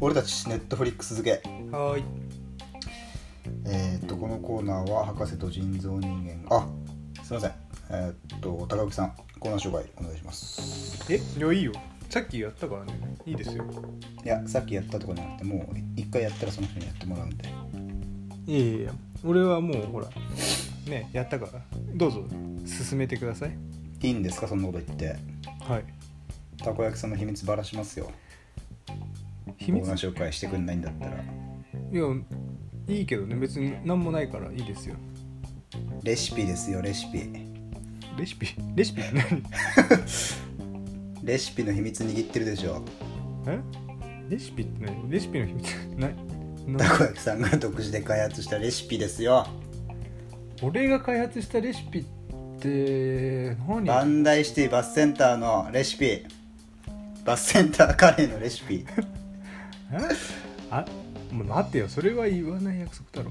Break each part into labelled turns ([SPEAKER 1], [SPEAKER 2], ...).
[SPEAKER 1] 俺たちネットフリックス付け
[SPEAKER 2] はーい
[SPEAKER 1] えーっとこのコーナーは博士と人造人間あすいませんえーっと高木さんコーナー紹介お願いします
[SPEAKER 2] えいやいいよさっきやったからねいいですよ
[SPEAKER 1] いやさっきやったとかじゃなくてもう一回やったらその人にやってもらうんで
[SPEAKER 2] いやいやいや俺はもうほらねやったからどうぞ進めてください
[SPEAKER 1] いいんですかそんなこと言って
[SPEAKER 2] はい
[SPEAKER 1] たこ焼きさんの秘密ばらしますよ
[SPEAKER 2] 秘密
[SPEAKER 1] コーナー紹介してくんないんだったら
[SPEAKER 2] いやいいけどね別に何もないからいいですよ
[SPEAKER 1] レシピですよレシピ
[SPEAKER 2] レシピレシピって 何
[SPEAKER 1] レシピの秘密握ってるでしょ
[SPEAKER 2] えレシピって何レシピの秘密 ない
[SPEAKER 1] たこ焼きさんが独自で開発したレシピですよ
[SPEAKER 2] 俺が開発したレシピって
[SPEAKER 1] バ
[SPEAKER 2] 何
[SPEAKER 1] ンダイシティバスセンターのレシピバスセンターカレーのレシピ
[SPEAKER 2] えあもう待ってよそれは言わない約束だろ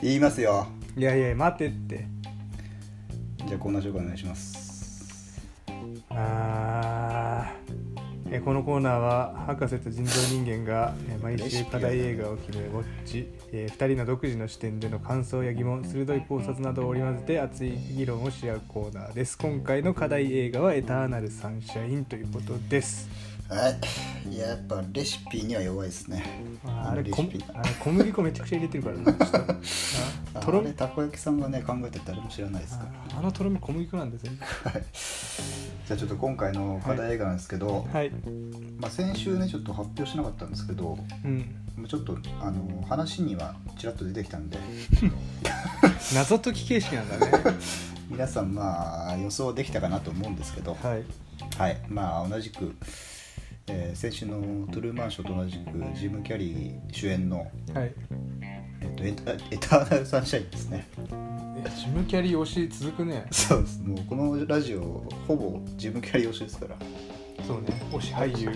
[SPEAKER 1] 言いますよ
[SPEAKER 2] いやいや待てって
[SPEAKER 1] じゃあコーナー紹介お願いします
[SPEAKER 2] あーえこのコーナーは博士と人造人間がえ毎
[SPEAKER 1] レシ
[SPEAKER 2] 週
[SPEAKER 1] ピ
[SPEAKER 2] 課題映画を決めウォッチ、え2人の独自の視点での感想や疑問鋭い考察などを織り交ぜて熱い議論をし合うコーナーです今回の課題映画は「エターナルサンシャイン」ということです
[SPEAKER 1] はいいややっぱレシピには弱いですね
[SPEAKER 2] あーあれ
[SPEAKER 1] レ
[SPEAKER 2] こ
[SPEAKER 1] シ
[SPEAKER 2] ん
[SPEAKER 1] ピ
[SPEAKER 2] あれ小麦粉めちゃくちゃ入れてるからなちょっとあーと
[SPEAKER 1] あ
[SPEAKER 2] ろ
[SPEAKER 1] れ
[SPEAKER 2] み
[SPEAKER 1] たこ焼きさんがね考えて誰も知らないですか
[SPEAKER 2] あーあのとろみ小麦粉なんですね
[SPEAKER 1] らはいじゃあちょっと今回の課題映画なんですけど、
[SPEAKER 2] はい
[SPEAKER 1] まあ、先週ねちょっと発表しなかったんですけど
[SPEAKER 2] うん
[SPEAKER 1] ちょっとあの話にはちらっと出てきたんで
[SPEAKER 2] 謎解き形式なんだね
[SPEAKER 1] 皆さんまあ予想できたかなと思うんですけど、
[SPEAKER 2] はい
[SPEAKER 1] はい、まあ同じく、えー先週の「トゥルーマンショー」と同じくジム・キャリー主演の
[SPEAKER 2] はい
[SPEAKER 1] 「えっとエタエターナル・サンシャイン」ですね
[SPEAKER 2] えジムキャリー推し続くね
[SPEAKER 1] そうですもうこのラジオほぼジム・キャリー推しですから
[SPEAKER 2] そうね推し俳優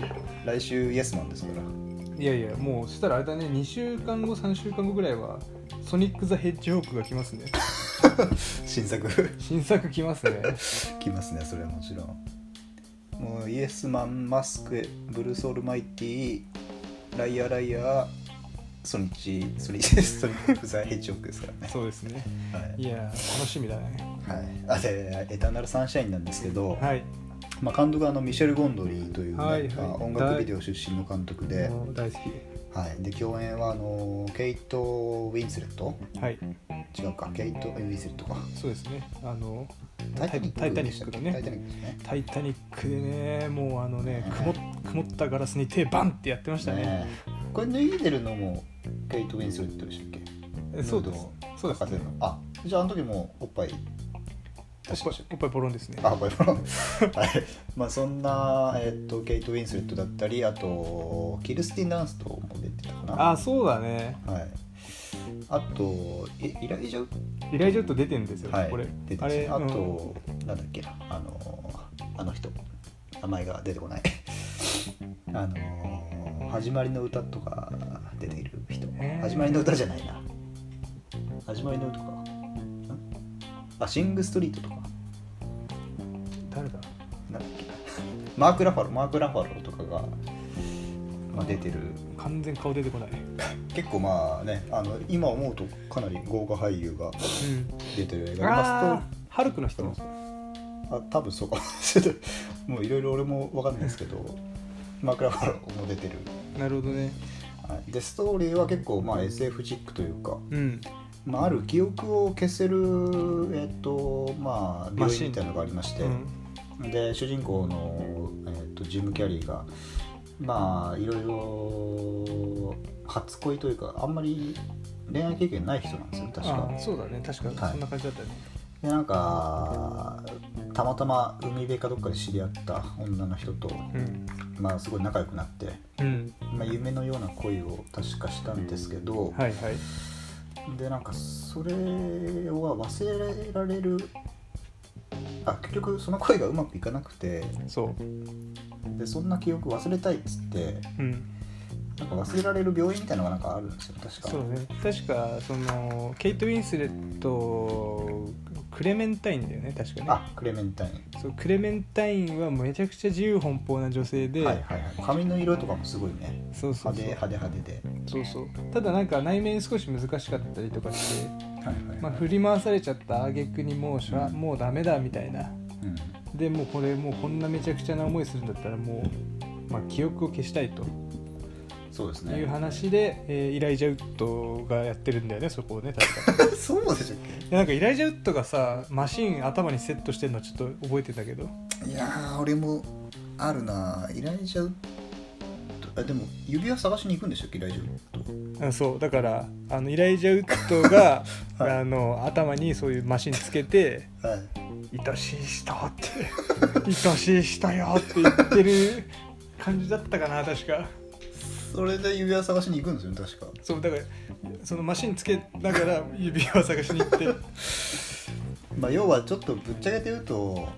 [SPEAKER 1] 来週イエスマンですから
[SPEAKER 2] いやいやもうそしたらあれだね2週間後3週間後ぐらいはソニック・ザ・ヘッジホークが来ます ね
[SPEAKER 1] 新作
[SPEAKER 2] 新作来ますね
[SPEAKER 1] 来ますねそれはもちろんもうイエスマンマスクブルース・オールマイティライアーライアーソニッチソニッチ ソニック・ザ・ヘッジホックですからね
[SPEAKER 2] そうですね
[SPEAKER 1] はい
[SPEAKER 2] いやー楽しみだね
[SPEAKER 1] はい、あでエターナルサンシャインなんですけど、
[SPEAKER 2] はい
[SPEAKER 1] まあ、監督はあのミシェル・ゴンドリーという、ね
[SPEAKER 2] はいはい
[SPEAKER 1] まあ音楽ビデオ出身の監督で,、
[SPEAKER 2] もう大好き
[SPEAKER 1] はい、で共演はあのケイト・ウィンスレット
[SPEAKER 2] はい
[SPEAKER 1] 違うかケイト・ウィンスレットか
[SPEAKER 2] そうですねあの
[SPEAKER 1] タイタニック
[SPEAKER 2] タイタニックだね
[SPEAKER 1] タイタニックですね
[SPEAKER 2] 「タイタニック」でねもうあのね
[SPEAKER 1] はい
[SPEAKER 2] 曇曇ったガラスに手バンってやってましたね
[SPEAKER 1] ねえこれ脱いでるのもケイト・ウィンスレットでしたっけ
[SPEAKER 2] えそうですそうです
[SPEAKER 1] 博士
[SPEAKER 2] ね
[SPEAKER 1] のあじゃああの時もおっぱい
[SPEAKER 2] お
[SPEAKER 1] 出
[SPEAKER 2] っ
[SPEAKER 1] し
[SPEAKER 2] ぱ
[SPEAKER 1] ま
[SPEAKER 2] い
[SPEAKER 1] したっけ
[SPEAKER 2] おっぱいポロンですね
[SPEAKER 1] あこれも はいまあそんな、えっとケイト・ウィンスレットだったりあとキルスティン・ダンストも出てたかな
[SPEAKER 2] あそうだね
[SPEAKER 1] はい。あと、え依頼状
[SPEAKER 2] 依頼ちょっと出てるんですよ、
[SPEAKER 1] はい。
[SPEAKER 2] これ
[SPEAKER 1] 出て
[SPEAKER 2] あ
[SPEAKER 1] ますね
[SPEAKER 2] れ
[SPEAKER 1] あ
[SPEAKER 2] うん
[SPEAKER 1] と、なんだっけな、あのー、あの人、名前が出てこない。 あのー、始まりの歌とか出ている人
[SPEAKER 2] へー。
[SPEAKER 1] 始まりの歌じゃないな。始まりの歌か。んあ、シングストリートとか。
[SPEAKER 2] 誰だ
[SPEAKER 1] なんだっけ な。マーク・ラファロー、マーク・ラファローとかが、まあ、出てる。
[SPEAKER 2] 完全顔出てこない、うん、
[SPEAKER 1] 結構まあね、あの今思うとかなり豪華俳優が出てる映画でまあストーリー
[SPEAKER 2] あーハルクの人も
[SPEAKER 1] あ多分そうかも しれないもういろいろ俺も分かんないですけどマクラファローも出てる、
[SPEAKER 2] なるほどね
[SPEAKER 1] はい、でストーリーは結構まあ SF チックというか、
[SPEAKER 2] うん
[SPEAKER 1] まあ、ある記憶を消せるえっとまあ
[SPEAKER 2] マ
[SPEAKER 1] 病
[SPEAKER 2] シン
[SPEAKER 1] 院みたいなのがありまして、
[SPEAKER 2] うん
[SPEAKER 1] で主人公の、えっとジム・キャリーがまあいろいろ初恋というかあんまり恋愛経験ない人なんですよ確か
[SPEAKER 2] あ。ーそうだね確か
[SPEAKER 1] はい
[SPEAKER 2] そんな感じだったね、
[SPEAKER 1] でなんかたまたま海辺かどっかで知り合った女の人と、
[SPEAKER 2] うん
[SPEAKER 1] まあ、すごい仲良くなって、
[SPEAKER 2] うん、
[SPEAKER 1] まあ、夢のような恋を確かしたんですけど、
[SPEAKER 2] はいはい
[SPEAKER 1] でなんかそれは忘れられるあ結局その恋がうまくいかなくて
[SPEAKER 2] そ
[SPEAKER 1] でそんな記憶忘れたいっつって
[SPEAKER 2] ううん
[SPEAKER 1] なんか忘れられる病院みたいなのがなんかあるんですよ確か
[SPEAKER 2] そうね確かそのケイト・ウィンスレットクレメンタインだよね確かね
[SPEAKER 1] あクレメンタイン
[SPEAKER 2] そうクレメンタインはめちゃくちゃ自由奔放な女性で、
[SPEAKER 1] はいはいはい髪の色とかもすごいね
[SPEAKER 2] そうそう
[SPEAKER 1] 派
[SPEAKER 2] そ
[SPEAKER 1] 手
[SPEAKER 2] う
[SPEAKER 1] 派手派手で
[SPEAKER 2] そうそうただなんか内面少し難しかったりとかして、
[SPEAKER 1] はいはい、
[SPEAKER 2] まあ、振り回されちゃった挙句にもうしゃ、もうダメだみたいな
[SPEAKER 1] うん
[SPEAKER 2] でもうこれもうこんなめちゃくちゃな思いするんだったらもう、まあ、記憶を消したいと
[SPEAKER 1] そうです
[SPEAKER 2] い
[SPEAKER 1] ね
[SPEAKER 2] う話で、えーイライジャウッドがやってるんだ よねそこをね確かに
[SPEAKER 1] そうでしょ
[SPEAKER 2] いやなんかイライジャウッドがさマシン頭にセットしてるのちょっと覚えてんだけど
[SPEAKER 1] いやー俺もあるな依頼者あでも指輪探しに行くんでしたっけ依頼者
[SPEAKER 2] あそうだからあのイライジャウッドが、
[SPEAKER 1] はい
[SPEAKER 2] あの頭にそういうマシンつけて
[SPEAKER 1] はい
[SPEAKER 2] 「愛しい人」って「 愛しい人よ」って言ってる感じだったかな確か
[SPEAKER 1] それで指輪探しに行くんですよね確か
[SPEAKER 2] そうだからそのマシンつけながら指輪を探しに行って
[SPEAKER 1] まあ要はちょっとぶっちゃけて言うと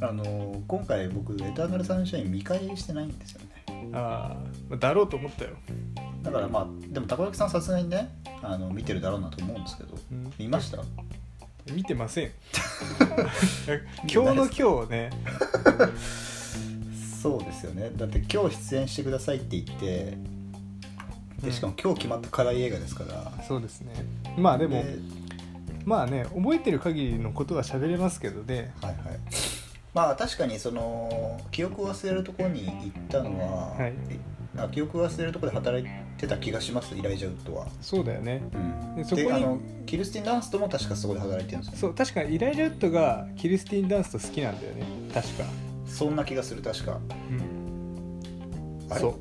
[SPEAKER 1] あの今回僕エターナルサンシャイン見返してないんですよね
[SPEAKER 2] ああだろうと思ったよ、
[SPEAKER 1] だからまあでもたこ焼きさんさすがにねあの見てるだろうなと思うんですけど
[SPEAKER 2] うん
[SPEAKER 1] 見ました
[SPEAKER 2] 見てま せん今日の今日ね
[SPEAKER 1] そうですよねだって今日出演してくださいって言って
[SPEAKER 2] うん
[SPEAKER 1] でしかも今日決まった課題映画ですから、
[SPEAKER 2] そうですねまあでも
[SPEAKER 1] で
[SPEAKER 2] まあね覚えてる限りのことは喋れますけどね
[SPEAKER 1] はいはいまあ確かにその記憶を忘れるところに行ったのは、
[SPEAKER 2] はい
[SPEAKER 1] えあ記憶を忘れるところで働いてた気がしますイライジャウッドは、
[SPEAKER 2] そうだよね
[SPEAKER 1] うん、
[SPEAKER 2] でそこに
[SPEAKER 1] であのキルスティン・ダンストも確かそこで働いてるんですよね
[SPEAKER 2] そう確かイライジャウッドがキリスティン・ダンスと好きなんだよね確か、
[SPEAKER 1] そんな気がする確かあれ
[SPEAKER 2] そう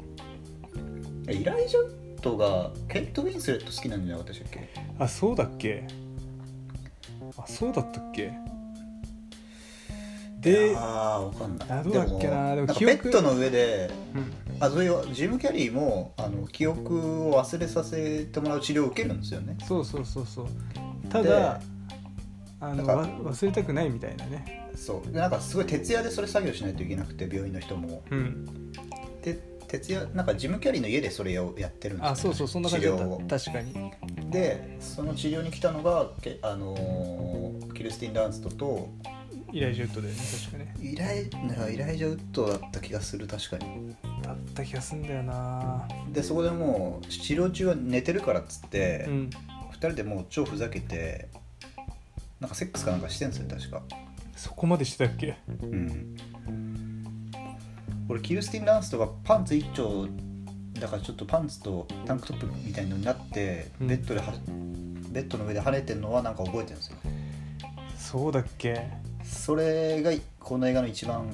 [SPEAKER 1] えイライジャウッドがケイト・ウィンスレット好きなんじゃなかったでしたっけ
[SPEAKER 2] あそうだっけあそうだったっけで、
[SPEAKER 1] ああ分かんない
[SPEAKER 2] あどうだっけなでも
[SPEAKER 1] んか
[SPEAKER 2] 記
[SPEAKER 1] ペ
[SPEAKER 2] 憶
[SPEAKER 1] ットの上で
[SPEAKER 2] うん
[SPEAKER 1] あそれはジム・キャリーもあの記憶を忘れさせてもらう治療を受けるんですよね
[SPEAKER 2] そうそうそうそうただ
[SPEAKER 1] で
[SPEAKER 2] あ
[SPEAKER 1] な
[SPEAKER 2] の
[SPEAKER 1] んか
[SPEAKER 2] わ忘れたくないみたいなね
[SPEAKER 1] そうでなんかすごい徹夜でそれ作業しないといけなくて病院の人も
[SPEAKER 2] うん
[SPEAKER 1] で徹夜なんかジム・キャリーの家でそれをやってるんですよ
[SPEAKER 2] あそうそうそんな感じだった確かに
[SPEAKER 1] 治療をでその治療に来たのがけあのーキルスティン・ダンストと
[SPEAKER 2] イライジャウッドだよね確かね
[SPEAKER 1] イライなイライジャウッドだった気がする確かに
[SPEAKER 2] だった気がすんだよな
[SPEAKER 1] でそこでもう治療中は寝てるからっつって、
[SPEAKER 2] う
[SPEAKER 1] 二
[SPEAKER 2] ん
[SPEAKER 1] 人でもう超ふざけてなんかセックスかなんかしてんですよ確か
[SPEAKER 2] そこまでしてたっけ
[SPEAKER 1] うん俺キルスティン・ダンストがパンツ一丁だからちょっとパンツとタンクトップみたいのになって、
[SPEAKER 2] うん
[SPEAKER 1] ベッドではベッドの上で跳ねてるのはなんか覚えてるんですよ
[SPEAKER 2] そうだっけ
[SPEAKER 1] それがこの映画の一番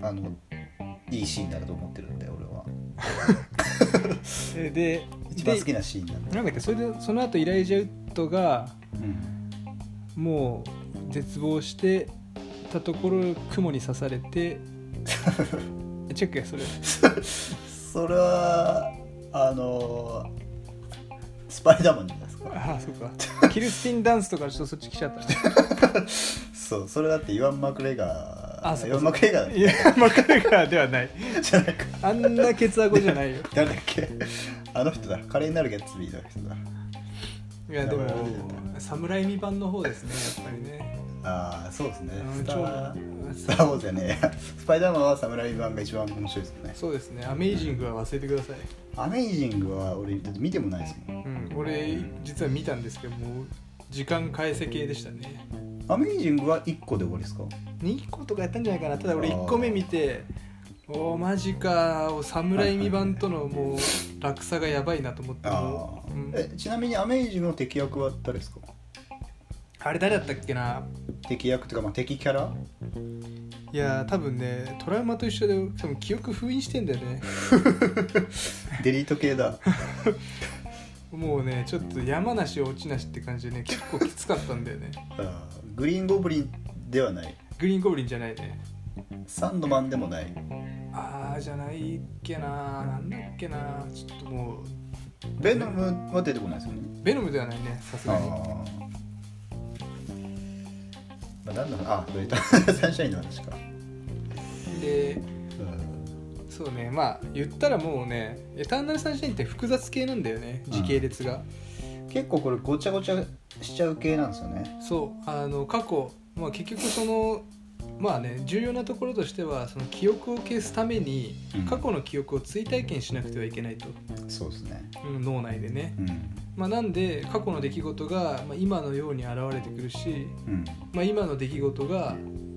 [SPEAKER 1] あのいいシーンだと思ってるんで俺は
[SPEAKER 2] えで
[SPEAKER 1] 一番好き
[SPEAKER 2] で
[SPEAKER 1] なシーンなんで、
[SPEAKER 2] なんだっけそれでその後イライジャウッドが
[SPEAKER 1] うん
[SPEAKER 2] もう絶望してたところ雲に刺され てチェックや それ
[SPEAKER 1] それはあのスパイダーマンじゃないですか
[SPEAKER 2] ああそうかキルスティンダンスとかちょっとそっち来ちゃった
[SPEAKER 1] そうそれだってイワン・マクレガー
[SPEAKER 2] あそう
[SPEAKER 1] イ
[SPEAKER 2] か
[SPEAKER 1] ワ
[SPEAKER 2] そう
[SPEAKER 1] ン・マ
[SPEAKER 2] か
[SPEAKER 1] クレ ガー
[SPEAKER 2] いやマクレガーではない
[SPEAKER 1] じゃないか
[SPEAKER 2] あんなケツアゴじゃないよ
[SPEAKER 1] 誰だっけあの人だ華麗になるギャッツビーの人だ
[SPEAKER 2] いやでも
[SPEAKER 1] 名前忘れ
[SPEAKER 2] 侍未版の方ですねやっぱりね
[SPEAKER 1] ああそうですね
[SPEAKER 2] うん
[SPEAKER 1] スター
[SPEAKER 2] 超
[SPEAKER 1] スター・ウォーズやねえやスパイダーマンは侍版が一番面白いですよね
[SPEAKER 2] そうですねアメイジングは忘れてください、
[SPEAKER 1] アメイジングは俺だって見てもないですもん
[SPEAKER 2] うん、俺実は見たんですけどもう時間返せ系でしたね
[SPEAKER 1] アメイジングは1個で終わりですか
[SPEAKER 2] 2個とかやったんじゃないかなただ俺
[SPEAKER 1] あー
[SPEAKER 2] 1個目見ておーマジかお侍未版とのもう落差がやばいなと思って
[SPEAKER 1] あ
[SPEAKER 2] も
[SPEAKER 1] あ
[SPEAKER 2] う、うん、
[SPEAKER 1] えちなみにアメイジングの敵役は誰ですか
[SPEAKER 2] あれ誰だったっけな
[SPEAKER 1] 敵役というか、まあ、敵キャラ
[SPEAKER 2] いやー多分ねトラウマと一緒で多分記憶封印してんだよね
[SPEAKER 1] デリート系だ
[SPEAKER 2] もうねちょっと山梨落ちなしって感じでね結構きつかったんだよね
[SPEAKER 1] あーグリーンゴブリンではない
[SPEAKER 2] グリーンゴブリンじゃないね
[SPEAKER 1] サンドマンでもない
[SPEAKER 2] あーじゃないっけななんだっけなちょっともう
[SPEAKER 1] ベノムは出てこないですよね
[SPEAKER 2] ベノムではないねさす
[SPEAKER 1] あ
[SPEAKER 2] がに
[SPEAKER 1] あ何の話あそれと サンシャインの話か
[SPEAKER 2] で
[SPEAKER 1] うん
[SPEAKER 2] そうねまあ言ったらもうねエターナルサンシャインって複雑系なんだよね時系列が、
[SPEAKER 1] 結構これごちゃごちゃしちゃう系なんですよね
[SPEAKER 2] そうあの過去まあ、結局そのまあね重要なところとしてはその記憶を消すために
[SPEAKER 1] うん
[SPEAKER 2] 過去の記憶を追体験しなくてはいけないと、
[SPEAKER 1] そうですね
[SPEAKER 2] うん脳内でね、
[SPEAKER 1] うん
[SPEAKER 2] まあ、なんで過去の出来事が、まあ、今のように現れてくるし、
[SPEAKER 1] うん
[SPEAKER 2] まあ、今の出来事が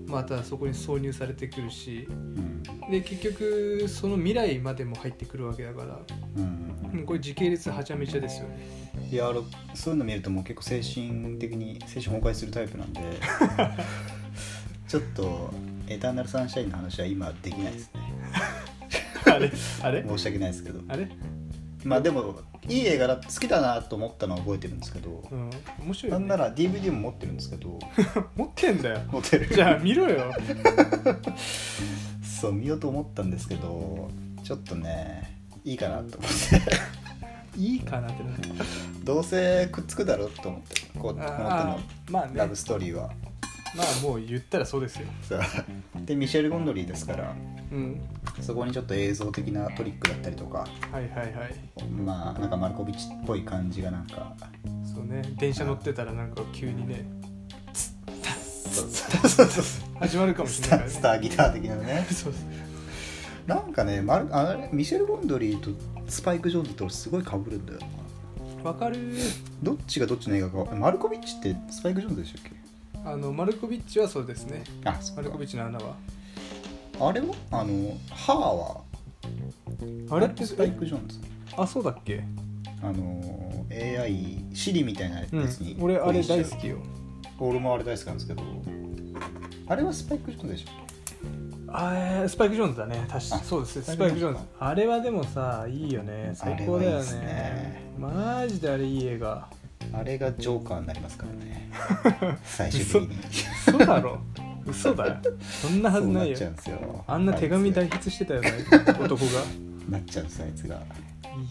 [SPEAKER 2] またそこに挿入されてくるし
[SPEAKER 1] うん
[SPEAKER 2] で結局その未来までも入ってくるわけだから
[SPEAKER 1] うん
[SPEAKER 2] うんこれ時系列はちゃめちゃですよね
[SPEAKER 1] いやあのそういうの見るともう結構精神的に精神崩壊するタイプ なんでちょっとエターナルサンシャインの話は今できないですね
[SPEAKER 2] あれあれ
[SPEAKER 1] 申し訳ないですけど
[SPEAKER 2] あれ、
[SPEAKER 1] まあでもいい映画だ好きだなと思ったのは覚えてるんですけど
[SPEAKER 2] うん、面白い
[SPEAKER 1] な
[SPEAKER 2] よ、
[SPEAKER 1] んな
[SPEAKER 2] ね、
[SPEAKER 1] ら DVD も持ってるんですけ ど
[SPEAKER 2] 持ってんだよ
[SPEAKER 1] 持ってる
[SPEAKER 2] じゃあ見ろよ
[SPEAKER 1] そう見ようと思ったんですけどちょっとねいいかなと思って
[SPEAKER 2] いいかなってなって
[SPEAKER 1] どうせくっつくだろうと思ってこうこの
[SPEAKER 2] あーまあ
[SPEAKER 1] 手
[SPEAKER 2] ね
[SPEAKER 1] のラブストーリーは、
[SPEAKER 2] まあもう言ったらそうですよ
[SPEAKER 1] そうでミシェル・ゴンドリーですから
[SPEAKER 2] うん
[SPEAKER 1] そこにちょっと映像的なトリックだったりとか
[SPEAKER 2] はいはいはい
[SPEAKER 1] まあなんかマルコビッチっぽい感じがなんか
[SPEAKER 2] そうね電車乗ってたらなんか急にね
[SPEAKER 1] そうそうそうそう
[SPEAKER 2] 始まるかもし
[SPEAKER 1] ス
[SPEAKER 2] れ
[SPEAKER 1] タ
[SPEAKER 2] な
[SPEAKER 1] ー
[SPEAKER 2] いからね
[SPEAKER 1] スターギター的なね
[SPEAKER 2] そう
[SPEAKER 1] なんかねマルあれミシェル・ゴンドリーとスパイク・ジョーンズとすごい被るんだよな
[SPEAKER 2] わかる
[SPEAKER 1] どっちがどっちの映画かマルコビッチってスパイク・ジョーンズでしたっ
[SPEAKER 2] あのマルコビッチはそうですね
[SPEAKER 1] けあそ
[SPEAKER 2] マ
[SPEAKER 1] う
[SPEAKER 2] ルコビッチの穴は
[SPEAKER 1] あれはあの歯は
[SPEAKER 2] あれって
[SPEAKER 1] スパイク・ジョーンズ
[SPEAKER 2] あそうだっけ
[SPEAKER 1] あの AI シリみたいなやつ
[SPEAKER 2] うん
[SPEAKER 1] に、
[SPEAKER 2] 俺あれ大好きよ
[SPEAKER 1] 俺もあれ大好きなんですけどあれはスパイク・ジョーンズでしたっ
[SPEAKER 2] あースパイク・ジョーンズだね確か
[SPEAKER 1] あ
[SPEAKER 2] そうです
[SPEAKER 1] ス
[SPEAKER 2] ス
[SPEAKER 1] パ
[SPEAKER 2] パ
[SPEAKER 1] イ
[SPEAKER 2] イ
[SPEAKER 1] ク
[SPEAKER 2] ク・
[SPEAKER 1] ジ
[SPEAKER 2] ジ
[SPEAKER 1] ョ
[SPEAKER 2] ョ
[SPEAKER 1] ーン
[SPEAKER 2] ーン
[SPEAKER 1] ズ
[SPEAKER 2] ズあれはでもさいいよね最
[SPEAKER 1] あ
[SPEAKER 2] 高だ
[SPEAKER 1] れはいい
[SPEAKER 2] よ
[SPEAKER 1] っ
[SPEAKER 2] ね
[SPEAKER 1] すね
[SPEAKER 2] マジであれいい映画
[SPEAKER 1] けあれがジョーカーになりますから ね最終的に
[SPEAKER 2] 嘘だろ嘘だよそんなは
[SPEAKER 1] そ
[SPEAKER 2] ず
[SPEAKER 1] う
[SPEAKER 2] な
[SPEAKER 1] ないっ
[SPEAKER 2] よ
[SPEAKER 1] ちゃうんですよ
[SPEAKER 2] あんな手紙代
[SPEAKER 1] あい
[SPEAKER 2] 筆してたよね男が
[SPEAKER 1] つなっちゃうんですあいつが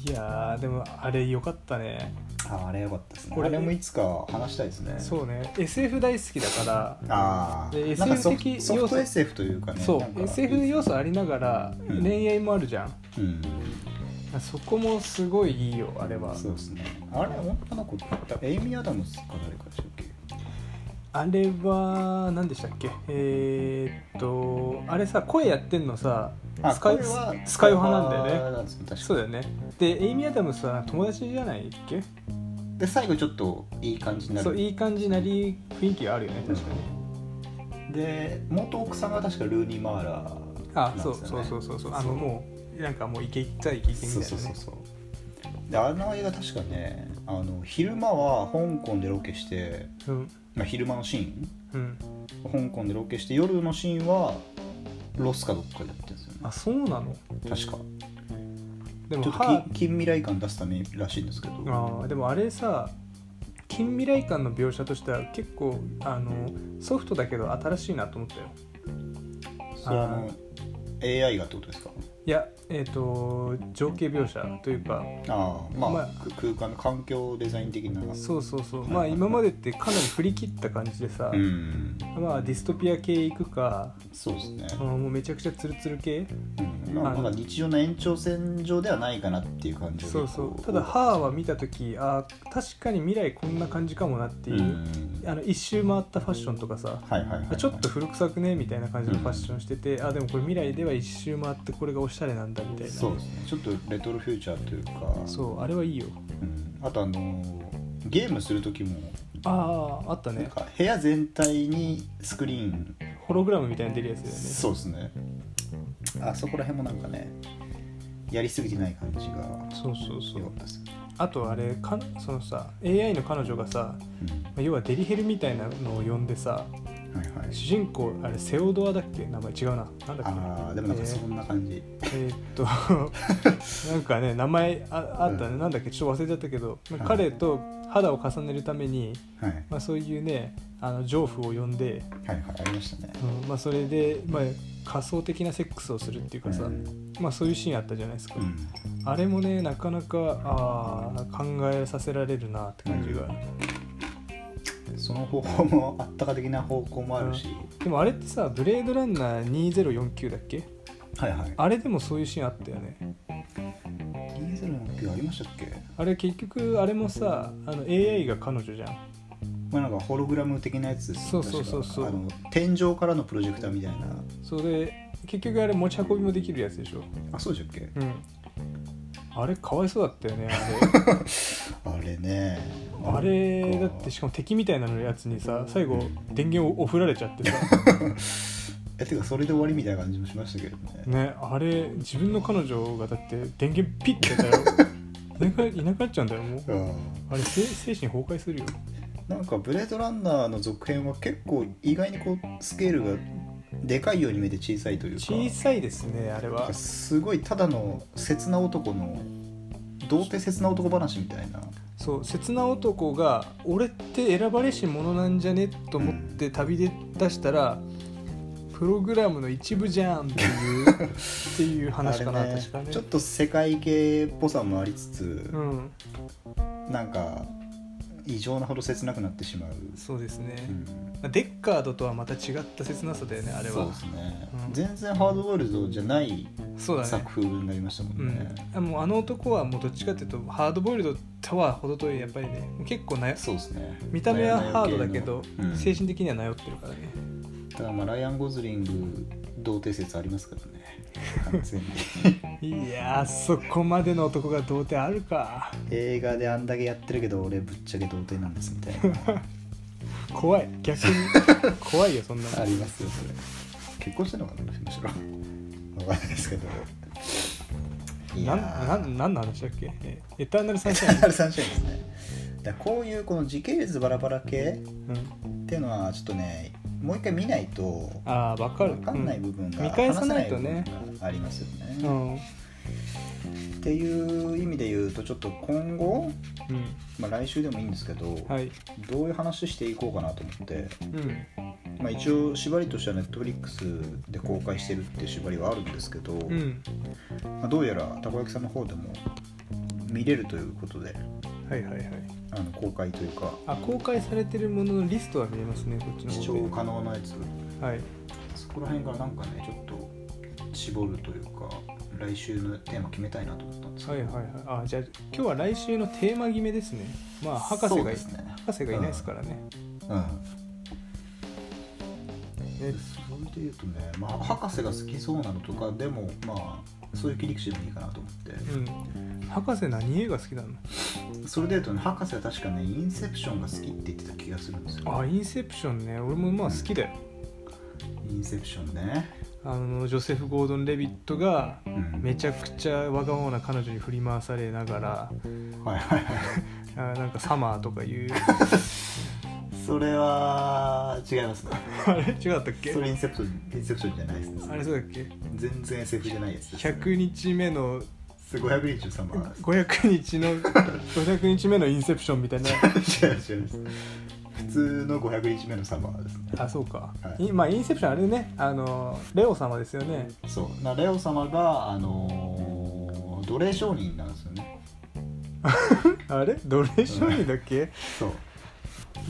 [SPEAKER 2] いやーでもあれよかったね
[SPEAKER 1] ああれよかったですね
[SPEAKER 2] こ
[SPEAKER 1] あ
[SPEAKER 2] れ
[SPEAKER 1] れもいつか話したいですね
[SPEAKER 2] そうね SF 大好きだか
[SPEAKER 1] ああ
[SPEAKER 2] で
[SPEAKER 1] なんかソ
[SPEAKER 2] SF
[SPEAKER 1] フ
[SPEAKER 2] 的
[SPEAKER 1] ソフト
[SPEAKER 2] 要素
[SPEAKER 1] SF というからね
[SPEAKER 2] そ
[SPEAKER 1] なんか
[SPEAKER 2] う SF 要素ありながら
[SPEAKER 1] うん
[SPEAKER 2] 恋愛もあるじゃん
[SPEAKER 1] うん
[SPEAKER 2] そこもすごいいいよあれは
[SPEAKER 1] そうですねあれ女の子だエイミー・アダムスか誰かでしたっけ
[SPEAKER 2] あれは何でしたっけえー、っとあれさ声やってんのさ
[SPEAKER 1] あ
[SPEAKER 2] スカイ
[SPEAKER 1] これは
[SPEAKER 2] スカイオハなんだよね
[SPEAKER 1] スカイオハなんですよ確か
[SPEAKER 2] そうだよねでエイミー・アダムスは友達じゃないっけ
[SPEAKER 1] で最後ちょっといい感じになる
[SPEAKER 2] そういい感じなり雰囲気があるよね確かに、
[SPEAKER 1] で元奥さんが確かルーニー・マーラーな
[SPEAKER 2] あ
[SPEAKER 1] んです
[SPEAKER 2] そ
[SPEAKER 1] よ
[SPEAKER 2] う
[SPEAKER 1] ね
[SPEAKER 2] そうそうそうそうあのもうなんかもうイケイケたイケイケみたい
[SPEAKER 1] そ
[SPEAKER 2] な、
[SPEAKER 1] う
[SPEAKER 2] ね、
[SPEAKER 1] そうそうそうであの映画確かねあの昼間は香港でロケして、
[SPEAKER 2] うん
[SPEAKER 1] まあ、昼間のシーン
[SPEAKER 2] うん
[SPEAKER 1] 香港でロケして夜のシーンはロスかどっかでやってるんですよね
[SPEAKER 2] あそうなの
[SPEAKER 1] 確かちょ
[SPEAKER 2] でも
[SPEAKER 1] っと
[SPEAKER 2] 歯
[SPEAKER 1] 近近未来感出すためらしいんですけど
[SPEAKER 2] あーでもあれさ近未来感の描写としては結構あのソフトだけど新しいなと思ったよ
[SPEAKER 1] それはあの AI がってことですか
[SPEAKER 2] いやえっ、と情景描写というか
[SPEAKER 1] ああまあ、
[SPEAKER 2] まあ
[SPEAKER 1] く空間の環境デザイン的な
[SPEAKER 2] そうそうそうまあ今までってかなり振り切った感じでさ、
[SPEAKER 1] うん
[SPEAKER 2] まあディストピア系行くか
[SPEAKER 1] そうですね
[SPEAKER 2] あ、のもうめちゃくちゃツルツル系
[SPEAKER 1] うんまあ、
[SPEAKER 2] あの
[SPEAKER 1] なんか日常の延長線上ではないかなっていう感じが
[SPEAKER 2] そうそうただ歯は見た時あー確かに未来こんな感じかもなっていう、
[SPEAKER 1] うん
[SPEAKER 2] あの一周回ったファッションとかさ
[SPEAKER 1] はいはいはいはい
[SPEAKER 2] ちょっと古臭くねみたいな感じのファッションしてて、あでもこれ未来では一周回ってこれがおしゃれなんだみたいな
[SPEAKER 1] そうですねちょっとレトロフューチャーというか
[SPEAKER 2] そうあれはいいよ
[SPEAKER 1] うん、あとあのーゲームする時も
[SPEAKER 2] あああった
[SPEAKER 1] なん
[SPEAKER 2] ね
[SPEAKER 1] か部屋全体にスクリーン、
[SPEAKER 2] ホログラムみたいなの出るやつだよね
[SPEAKER 1] そうですねあそこら辺もなんかねやりすぎてない感じが
[SPEAKER 2] そうそうそ
[SPEAKER 1] 良か
[SPEAKER 2] う
[SPEAKER 1] ったですね、
[SPEAKER 2] あとあれかそのさ AI の彼女がさ
[SPEAKER 1] うん
[SPEAKER 2] まあ要はデリヘルみたいなのを呼んでさ
[SPEAKER 1] はいはい
[SPEAKER 2] 主人公あれセオドアだっけ名前違うななんだっけ
[SPEAKER 1] ああでもなんか
[SPEAKER 2] えー
[SPEAKER 1] そんな感じ、
[SPEAKER 2] えーっと なんかね名前ああったね、なんだっけちょっと忘れちゃったけど、まあ
[SPEAKER 1] はい
[SPEAKER 2] 彼と肌を重ねるために、
[SPEAKER 1] はい
[SPEAKER 2] まあ、そういうねあの丈夫を呼んで、
[SPEAKER 1] はいはいありましたね
[SPEAKER 2] うんまあ、それで、まあ、仮想的なセックスをするっていうかさ、
[SPEAKER 1] うん
[SPEAKER 2] まあ、そういうシーンあったじゃないですか、
[SPEAKER 1] うん
[SPEAKER 2] あれもねなかなかあー考えさせられるなって感じが、
[SPEAKER 1] その方法もあったか的な方向もあるし、
[SPEAKER 2] でもあれってさ「ブレードランナー2049」だっけ
[SPEAKER 1] はいはい
[SPEAKER 2] あれでもそういうシーンあったよね
[SPEAKER 1] 2049ありましたっけ
[SPEAKER 2] あれ結局あれもさあの AI が彼女じゃん
[SPEAKER 1] まあ、なんかホログラム的なやつです
[SPEAKER 2] そうそうそうそ
[SPEAKER 1] 確
[SPEAKER 2] う
[SPEAKER 1] かあの天井からのプロジェクターみたいな
[SPEAKER 2] それ結局あれ持ち運びもできるやつでしょ
[SPEAKER 1] あそうじゃっけ
[SPEAKER 2] うんあれかわいそうだったよね
[SPEAKER 1] あれね
[SPEAKER 2] あれあれだってしかも敵みたいなのやつにさ最後電源をお振られちゃってさ
[SPEAKER 1] えてかそれで終わりみたいな感じもしましたけどね
[SPEAKER 2] ねあれ自分の彼女がだって電源ピッてやった らいなくいなくなっちゃうんだよもう
[SPEAKER 1] うん
[SPEAKER 2] あれせ精神崩壊するよ
[SPEAKER 1] なんか「ブレードランナー」の続編は結構意外にこうスケールがでかいように見えて小さいというか
[SPEAKER 2] 小さいですねあ
[SPEAKER 1] な
[SPEAKER 2] れ
[SPEAKER 1] ん
[SPEAKER 2] は
[SPEAKER 1] かすごいただの切な男の童貞切な男話みたいな
[SPEAKER 2] そう切な男が俺って選ばれし者なんじゃねと思って旅で出したら、プログラムの一部じゃんっていうっていう話かな、
[SPEAKER 1] あれね
[SPEAKER 2] 確かね
[SPEAKER 1] ちょっと世界系っぽさもありつつ、
[SPEAKER 2] うん
[SPEAKER 1] なんか異常なほど切なくなってしまう、
[SPEAKER 2] そうですね、
[SPEAKER 1] うん
[SPEAKER 2] まあデッカードとはまた違った切なさだよねあれ
[SPEAKER 1] そう
[SPEAKER 2] は
[SPEAKER 1] ですね、
[SPEAKER 2] うん
[SPEAKER 1] 全然ハードボイルドじゃない
[SPEAKER 2] そうだね
[SPEAKER 1] 作風になりましたも
[SPEAKER 2] うん
[SPEAKER 1] ね
[SPEAKER 2] ん、あもうあの男はもうどっちかっていうとハードボイルドとは程遠いやっぱりね結構なや
[SPEAKER 1] そうですね
[SPEAKER 2] 見た目はハードだけど、
[SPEAKER 1] ライアン系のうん
[SPEAKER 2] 精神的にはなよってるからね
[SPEAKER 1] ただまあライアン・ゴズリング童貞説ありますからね完全 に
[SPEAKER 2] いやーそこまでの男が童貞あるか
[SPEAKER 1] 映画であんだけやってるけど俺ぶっちゃけ童貞なんですみたいな
[SPEAKER 2] 怖い逆 に怖いよそんなの
[SPEAKER 1] ありますよそれ結婚してんのかなむしろ分かんないですけどい
[SPEAKER 2] な
[SPEAKER 1] や
[SPEAKER 2] ん
[SPEAKER 1] ー
[SPEAKER 2] なんなんの話だっけえエターナルサンシャイ
[SPEAKER 1] ナルサンシャインですねだからこういうこの時系列バラバラ系
[SPEAKER 2] ン、うん、
[SPEAKER 1] っていうのはちょっとねもう一回見ないと
[SPEAKER 2] ああ分かる
[SPEAKER 1] 分かんない部分が、
[SPEAKER 2] 見返さないとね
[SPEAKER 1] 話せない部分がありますよね、
[SPEAKER 2] うんうん、
[SPEAKER 1] っていう意味で言うとちょっと今後、
[SPEAKER 2] うん
[SPEAKER 1] まあ、来週でもいいんですけど、
[SPEAKER 2] はい
[SPEAKER 1] どういう話していこうかなと思って、
[SPEAKER 2] うん
[SPEAKER 1] まあ、一応縛りとしては Netflix で公開してるっていう縛りはあるんですけど、
[SPEAKER 2] うん
[SPEAKER 1] まあ、どうやらたこ焼きさんの方でも見れるということで
[SPEAKER 2] はいはいはい
[SPEAKER 1] あの公開というか
[SPEAKER 2] あ公開されてるもののリストは見えますねこっちの
[SPEAKER 1] 視
[SPEAKER 2] 方
[SPEAKER 1] 聴可能なやつ
[SPEAKER 2] ではい
[SPEAKER 1] そこら辺からなんかねちょっと絞るというか来週のテーマ決めたいなと思ったんですけ
[SPEAKER 2] は
[SPEAKER 1] ど、
[SPEAKER 2] いはいはいあじゃあ今日は来週のテーマ決めですねまあ博士
[SPEAKER 1] そう
[SPEAKER 2] がい、
[SPEAKER 1] ですね
[SPEAKER 2] 博士がいないですからね、
[SPEAKER 1] うん
[SPEAKER 2] え
[SPEAKER 1] それで言うとね、まあ、博士が好きそうなのとかでもまあそういう切り口でもいいかなと思って、
[SPEAKER 2] うん博士何映画好きなの
[SPEAKER 1] それで言うとね博士は確かねインセプションが好きって言ってた気がするんですよ
[SPEAKER 2] あインセプションね俺もまあ好きだよ
[SPEAKER 1] インセプションね
[SPEAKER 2] あのジョセフ・ゴードン・レビットが
[SPEAKER 1] うん
[SPEAKER 2] めちゃくちゃわがままな彼女に振り回されながら
[SPEAKER 1] はいはいはい
[SPEAKER 2] あなんかサマーとかいう
[SPEAKER 1] それは違いますね
[SPEAKER 2] あれ違かったっけ
[SPEAKER 1] それインセプションインセプションじゃないですね
[SPEAKER 2] あれそうだっけ
[SPEAKER 1] 全然 SF じゃないやつです
[SPEAKER 2] 100日目の
[SPEAKER 1] 500日のサマ ー
[SPEAKER 2] 500日の500日目のインセプションみたいな
[SPEAKER 1] 違う違うです普通の500日目のサマーですね
[SPEAKER 2] あそうか、
[SPEAKER 1] はい
[SPEAKER 2] いまあインセプションあれねあのレオ様ですよね
[SPEAKER 1] そうなレオ様があのー奴隷商人なんですよね
[SPEAKER 2] あれ奴隷商人だっけ
[SPEAKER 1] そう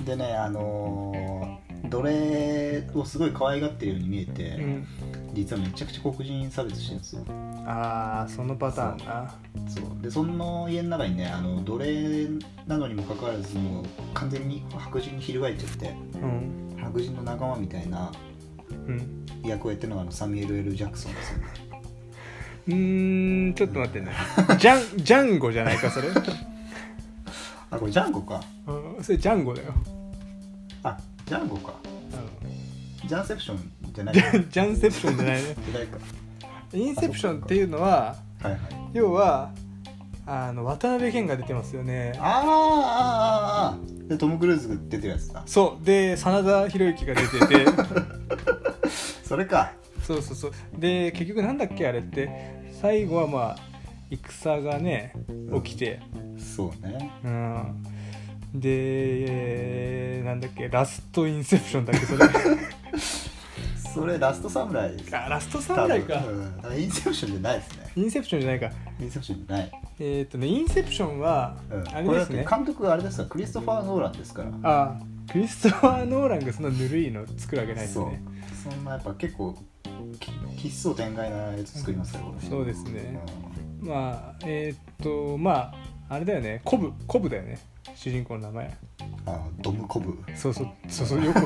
[SPEAKER 1] でねあのー奴隷をすごい可愛がってるように見えて、
[SPEAKER 2] うん
[SPEAKER 1] 実はめちゃくちゃ黒人差別してるんですよ
[SPEAKER 2] ああそのパターンな
[SPEAKER 1] そうでその家の中にねあの奴隷なのにもかかわらずもう完全に白人に翻っちゃって
[SPEAKER 2] うん
[SPEAKER 1] 白人の仲間みたいな
[SPEAKER 2] うん
[SPEAKER 1] 役をやってるのがあのサミュエル・ L ・ジャクソンですよね
[SPEAKER 2] うーんちょっと待ってねジャンジャンゴじゃないかそれ
[SPEAKER 1] あこれジャンゴか
[SPEAKER 2] うんそれジャンゴだよ。
[SPEAKER 1] あジャンゴかジャンセプションじゃない
[SPEAKER 2] ジ
[SPEAKER 1] じ
[SPEAKER 2] ャ ンジャンセプションじゃないね。
[SPEAKER 1] ゃないか
[SPEAKER 2] インセプションっていうのは、
[SPEAKER 1] はいはい
[SPEAKER 2] 要は、あの渡辺謙が出てますよね。
[SPEAKER 1] あーあーあーあーでトム・クルーズが出てるやつだ
[SPEAKER 2] そう、で、真田広之が出てて、
[SPEAKER 1] それか
[SPEAKER 2] そうそうそう。で、結局なんだっけ、あれって、最後はまあ、戦がね、起きて、
[SPEAKER 1] そうね
[SPEAKER 2] うん。で、なんだっけ、ラストインセプションだっ け、それ。
[SPEAKER 1] それラストサムライです
[SPEAKER 2] あラスト侍か
[SPEAKER 1] 多。分うんだからインセプションじゃないですね
[SPEAKER 2] インセプションじゃないか。
[SPEAKER 1] インセプションじゃない、
[SPEAKER 2] えーっとね、インセプションは
[SPEAKER 1] う、ん、
[SPEAKER 2] あれです
[SPEAKER 1] これだ
[SPEAKER 2] ね
[SPEAKER 1] って。監督があれですからクリストファー・ノーランですから
[SPEAKER 2] ああクリストファー・ノーランがそんなぬるいの作るわけないです
[SPEAKER 1] そう
[SPEAKER 2] ね
[SPEAKER 1] そんなやっぱ結構き奇想天外なやつ作りますからこれ
[SPEAKER 2] そうですねまあえーっとまああれだよねコブコブだよね主人公の名前
[SPEAKER 1] うんあドムコブ
[SPEAKER 2] そうそうそうそうよく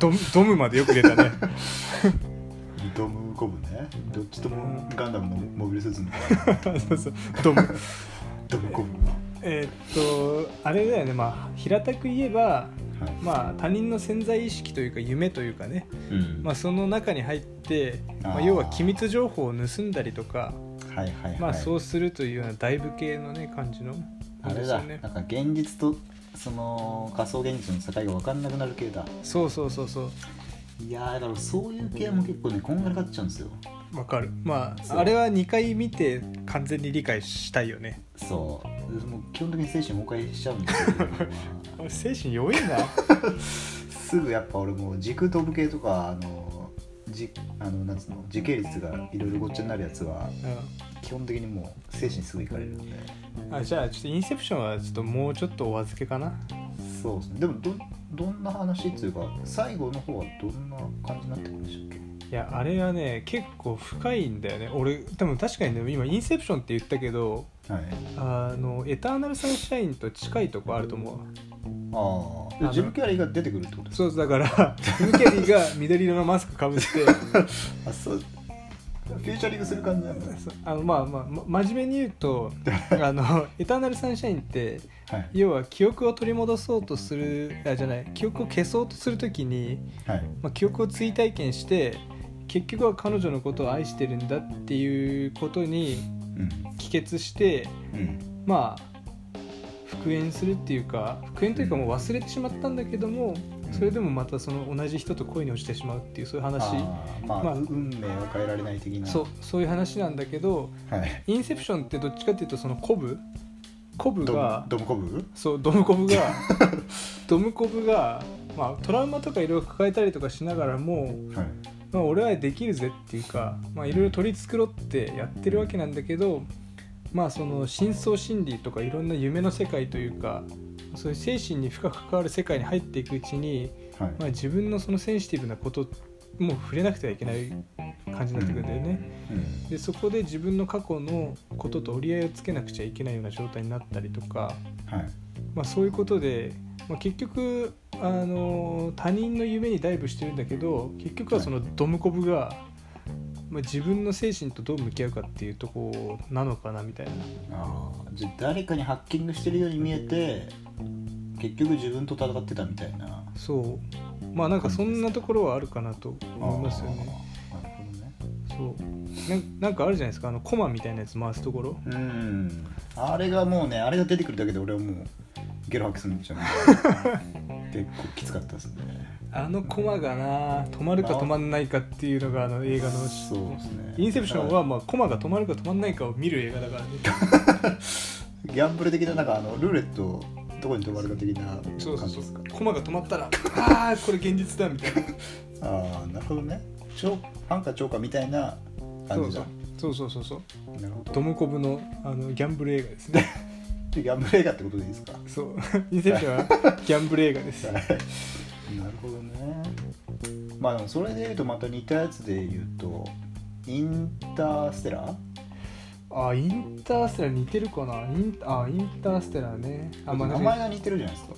[SPEAKER 2] ドムドムまでよく出たね
[SPEAKER 1] ドムコブねどっちともガンダムのモビルスーツの
[SPEAKER 2] そうそうドム
[SPEAKER 1] ドムコブ
[SPEAKER 2] えーっとあれだよねまあ平たく言えば
[SPEAKER 1] はい、
[SPEAKER 2] まあ他人の潜在意識というか夢というかね、
[SPEAKER 1] うん
[SPEAKER 2] まあ、その中に入って、ま
[SPEAKER 1] あ
[SPEAKER 2] あ、
[SPEAKER 1] ー
[SPEAKER 2] 要は機密情報を盗んだりとか
[SPEAKER 1] はいはいはい、
[SPEAKER 2] まあそうするというようなダイブ系のね感じの
[SPEAKER 1] あれ
[SPEAKER 2] ですよ
[SPEAKER 1] だ、
[SPEAKER 2] ね
[SPEAKER 1] なんか現実とその仮想現実の境が分かんなくなる系だ
[SPEAKER 2] そうそうそうそう
[SPEAKER 1] いやーだからそういう系も結構ねこんがらがっちゃうんですよ
[SPEAKER 2] わかるま
[SPEAKER 1] そう
[SPEAKER 2] ああれは2回見て完全に理解したいよね
[SPEAKER 1] そうもう基本的に精神崩壊しちゃうんですけど
[SPEAKER 2] あ精神弱いな
[SPEAKER 1] すぐやっぱ俺もう軸飛ぶ系とかあのじあのなんつうの時系列がいろいろごっちゃになるやつは基本的にもう精神すぐいかれるので
[SPEAKER 2] うんあじゃあちょっとインセプションはちょっともうちょっとお預けかな
[SPEAKER 1] そうですねでもどどんな話っていうか最後の方はどんな感じになってくるんでしたっ
[SPEAKER 2] いやあれはね結構深いんだよね俺でも確かにね今インセプションって言ったけど
[SPEAKER 1] けはい
[SPEAKER 2] あのエターナルサンシャインと近いとこあると思うわ
[SPEAKER 1] あ
[SPEAKER 2] あ
[SPEAKER 1] あ
[SPEAKER 2] の
[SPEAKER 1] ジム・キャリーが出てくるってことです
[SPEAKER 2] そうだからムキャリーが緑色のマスクかぶって
[SPEAKER 1] かあそうフューチャリングする感じなんだ
[SPEAKER 2] そあのまあまあま真面目に言うと あのエターナルサンシャインって
[SPEAKER 1] はい
[SPEAKER 2] 要は記憶を取り戻そうとするあじゃない記憶を消そうとするときに、
[SPEAKER 1] はい
[SPEAKER 2] まあ、記憶を追体験して結局は彼女のことを愛してるんだっていうことに
[SPEAKER 1] うん
[SPEAKER 2] 帰結して
[SPEAKER 1] うん
[SPEAKER 2] まあ復縁するっていうか復縁というかもう忘れてしまったんだけども、
[SPEAKER 1] うん
[SPEAKER 2] それでもまたその同じ人と恋に落ちてしまうっていうそういう話
[SPEAKER 1] あーまあ、
[SPEAKER 2] まあ
[SPEAKER 1] 運命は変えられない的な
[SPEAKER 2] そうそういう話なんだけど
[SPEAKER 1] はい
[SPEAKER 2] インセプションってどっちかっていうとそのコブコブ
[SPEAKER 1] ドム
[SPEAKER 2] が
[SPEAKER 1] ドムコブ
[SPEAKER 2] そうドムコブが ドムコブが、まあ、トラウマとかいろいろ抱えたりとかしながらも、
[SPEAKER 1] はい
[SPEAKER 2] まあ、俺はできるぜっていうかまあいろいろ取り繕ってやってるわけなんだけどまあその深層心理とかいろんな夢の世界というかそういう精神に深く関わる世界に入っていくうちに、
[SPEAKER 1] はい、
[SPEAKER 2] まあ、自分のそのセンシティブなことも触れなくてはいけない感じになってくるんだよね。
[SPEAKER 1] うん
[SPEAKER 2] でそこで自分の過去のことと折り合いをつけなくちゃいけないような状態になったりとか、
[SPEAKER 1] はい
[SPEAKER 2] まあ、そういうことで、まあ、結局、あのー他人の夢にダイブしてるんだけど結局はそのドムコブが、まあ、自分の精神とどう向き合うかっていうとこなのかなみたいな
[SPEAKER 1] ああじゃあ誰かにハッキングしてるように見えて結局自分と戦ってたみたいな
[SPEAKER 2] そうまあなんかそんなところはあるかなと思いますよね
[SPEAKER 1] あーなるほどね
[SPEAKER 2] そうなんなんかあるじゃないですかあのコマみたいなやつ回すところ
[SPEAKER 1] うんあれがもうねあれが出てくるだけで俺はもうゲロ吐きするんじゃない 結構きつかったですね
[SPEAKER 2] あのコマがな止まるか止まんないかっていうのがあの映画の
[SPEAKER 1] そうですね
[SPEAKER 2] インセプションはまあコマが止まるか止まんないかを見る映画だからね
[SPEAKER 1] ギャンブル的ななんかあのルーレットどこに止まるか的な感じですか
[SPEAKER 2] コマが止ま ったらああこれ現実だみたいな
[SPEAKER 1] ああなるほどね超ハンカ超過みたいな感じだ
[SPEAKER 2] そうそうそうそうそう
[SPEAKER 1] なるほど
[SPEAKER 2] ドムコブのあのギャンブル映画です ね
[SPEAKER 1] でギャンブル映画ってことでいいですか
[SPEAKER 2] そうインセプションはギャンブル映画 です
[SPEAKER 1] なるほどねまあでもそれで言うとまた似たやつで言うとインターステラー
[SPEAKER 2] あーインターステラー似てるかなインあーインターステラーねあまあ
[SPEAKER 1] 名前が似てるじゃないです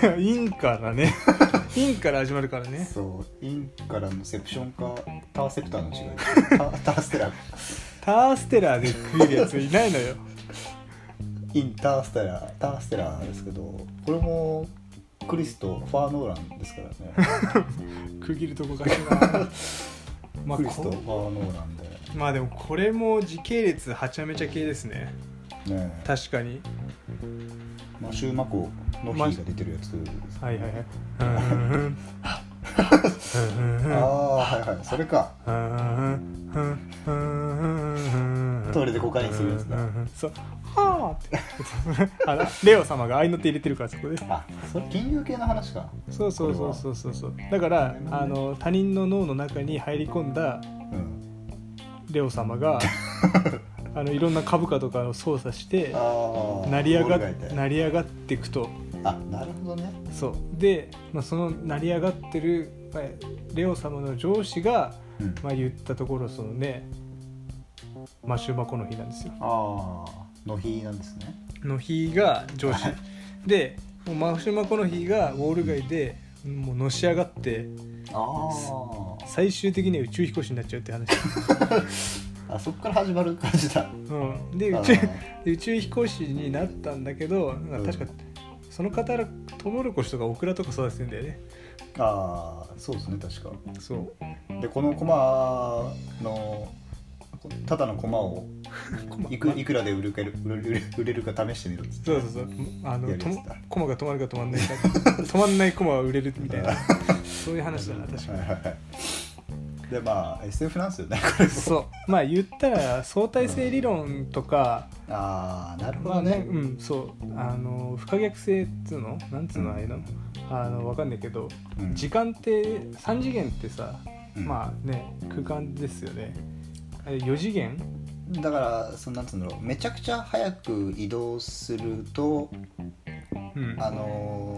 [SPEAKER 1] か
[SPEAKER 2] 確かに インからね インから始まるからね
[SPEAKER 1] そうインからのセプションかターセプターの違いターターステラー
[SPEAKER 2] ターステラーで食えるやついないのよ
[SPEAKER 1] インターステラーターステラーですけどこれもクリスとファーノーランですからね
[SPEAKER 2] 区切るとこ かしらまあ
[SPEAKER 1] クリスとファ
[SPEAKER 2] こ
[SPEAKER 1] ーノーランで
[SPEAKER 2] まあでもこれも時系列はちゃめちゃ系ですね
[SPEAKER 1] ねえ
[SPEAKER 2] 確かに
[SPEAKER 1] マシューマコの日が出てるやつですね
[SPEAKER 2] はいはいはい
[SPEAKER 1] ああはいはいそれかトイレでコカインするやつだ
[SPEAKER 2] そうはあってあらレオ様が合いの手入れてるからそこで
[SPEAKER 1] あそれ金融系の話か
[SPEAKER 2] そうそうそうそうそうそうだからあの他人の脳の中に入り込んだ
[SPEAKER 1] うん
[SPEAKER 2] レオ様 があのいろんな株価とかを操作して
[SPEAKER 1] ああ
[SPEAKER 2] 成り上が
[SPEAKER 1] ボールがいて
[SPEAKER 2] 成り上がっていくと
[SPEAKER 1] あなるほどね
[SPEAKER 2] そうで、まあ、その成り上がってるまあレオ様の上司が、
[SPEAKER 1] うん
[SPEAKER 2] まあ、言ったところそのねマシューマコの日なんですよ
[SPEAKER 1] ああの日なんですね
[SPEAKER 2] の日が上司でもうマシュマコの日がウォール街でもうのし上がって
[SPEAKER 1] あ
[SPEAKER 2] 最終的には宇宙飛行士になっちゃうって話、
[SPEAKER 1] ああそこから始まる感じだ
[SPEAKER 2] うん、で
[SPEAKER 1] あ
[SPEAKER 2] 宇宙
[SPEAKER 1] ー
[SPEAKER 2] で宇宙飛行士になったんだけどなんか確かその方らトウモロコシとかオクラとか育ててんだよね
[SPEAKER 1] あーそうですね確か
[SPEAKER 2] そう
[SPEAKER 1] でこのコマのこただのコマ をいくいくらで売るか売れる売れるか試してみろっつって
[SPEAKER 2] そうそうそうあの
[SPEAKER 1] やる
[SPEAKER 2] と
[SPEAKER 1] や
[SPEAKER 2] も
[SPEAKER 1] つだ
[SPEAKER 2] コマが止まるか止まんないか止まんないコマは売れるみたいな そういう話だな確か
[SPEAKER 1] はいはいはいでまあ SF なんですよねこれ
[SPEAKER 2] にそうまあ言ったら相対性理論とか、
[SPEAKER 1] ああなるほ
[SPEAKER 2] ま
[SPEAKER 1] ど
[SPEAKER 2] あね
[SPEAKER 1] ね、
[SPEAKER 2] うんそうあの不可逆性っつうのなんつうのあれのあのわかんないけど
[SPEAKER 1] うん
[SPEAKER 2] 時間って3次元ってさ、
[SPEAKER 1] うん
[SPEAKER 2] まあね空間ですよねあれ4次元
[SPEAKER 1] だからそのなんつうんだろうめちゃくちゃ早く移動すると
[SPEAKER 2] うん
[SPEAKER 1] あ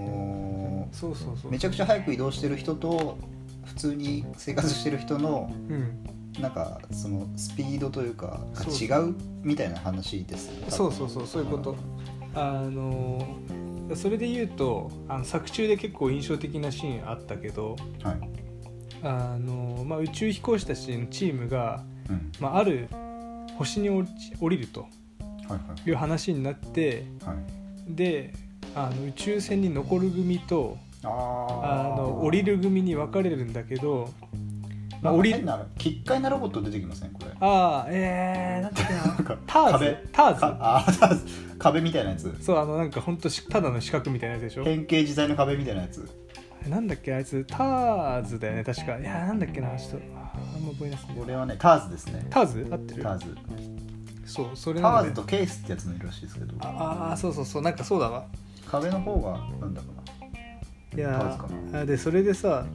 [SPEAKER 1] の
[SPEAKER 2] そうそうそ
[SPEAKER 1] ー
[SPEAKER 2] う
[SPEAKER 1] めちゃくちゃ早く移動してる人と普通に生活してる人の
[SPEAKER 2] うん
[SPEAKER 1] なんかそのスピードというかが
[SPEAKER 2] そう
[SPEAKER 1] 違うみたいな話ですね
[SPEAKER 2] そうそうそうそういうことあのそれで言うとあの作中で結構印象的なシーンあったけど
[SPEAKER 1] はい、
[SPEAKER 2] あの、まあ、宇宙飛行士たちのチームが、
[SPEAKER 1] うん、
[SPEAKER 2] まあ、ある星に降りち降りると
[SPEAKER 1] はい
[SPEAKER 2] いう話になって
[SPEAKER 1] はいはい
[SPEAKER 2] であの宇宙船に残る組と
[SPEAKER 1] あ
[SPEAKER 2] あ
[SPEAKER 1] ー
[SPEAKER 2] の降りる組に分かれるんだけど、
[SPEAKER 1] な
[SPEAKER 2] まあ、
[SPEAKER 1] んか
[SPEAKER 2] 降り
[SPEAKER 1] 変な奇怪なロボット出てきませんこれ
[SPEAKER 2] ああえー、なんていう
[SPEAKER 1] なん
[SPEAKER 2] の
[SPEAKER 1] か
[SPEAKER 2] ター
[SPEAKER 1] 壁
[SPEAKER 2] ズターズ
[SPEAKER 1] かあーターズ壁みたいなやつ
[SPEAKER 2] そうあのなんかほんとしただの四角みたいなやつでしょ
[SPEAKER 1] 変形自在の壁みたいなやつ
[SPEAKER 2] なんだっけあいつターズだよね確かいやなんだっけなちょっとあーあんま覚えなす
[SPEAKER 1] これはねターズですね
[SPEAKER 2] ターズ合ってる
[SPEAKER 1] ターズ
[SPEAKER 2] そうそれ
[SPEAKER 1] タ
[SPEAKER 2] な
[SPEAKER 1] ー
[SPEAKER 2] んで
[SPEAKER 1] ズとケースってやつもいるらしいですけど
[SPEAKER 2] ああーそうそうそうなんかそうだわ
[SPEAKER 1] 壁の方がなんだろ
[SPEAKER 2] いや
[SPEAKER 1] ターズか
[SPEAKER 2] ーあーでそれでさ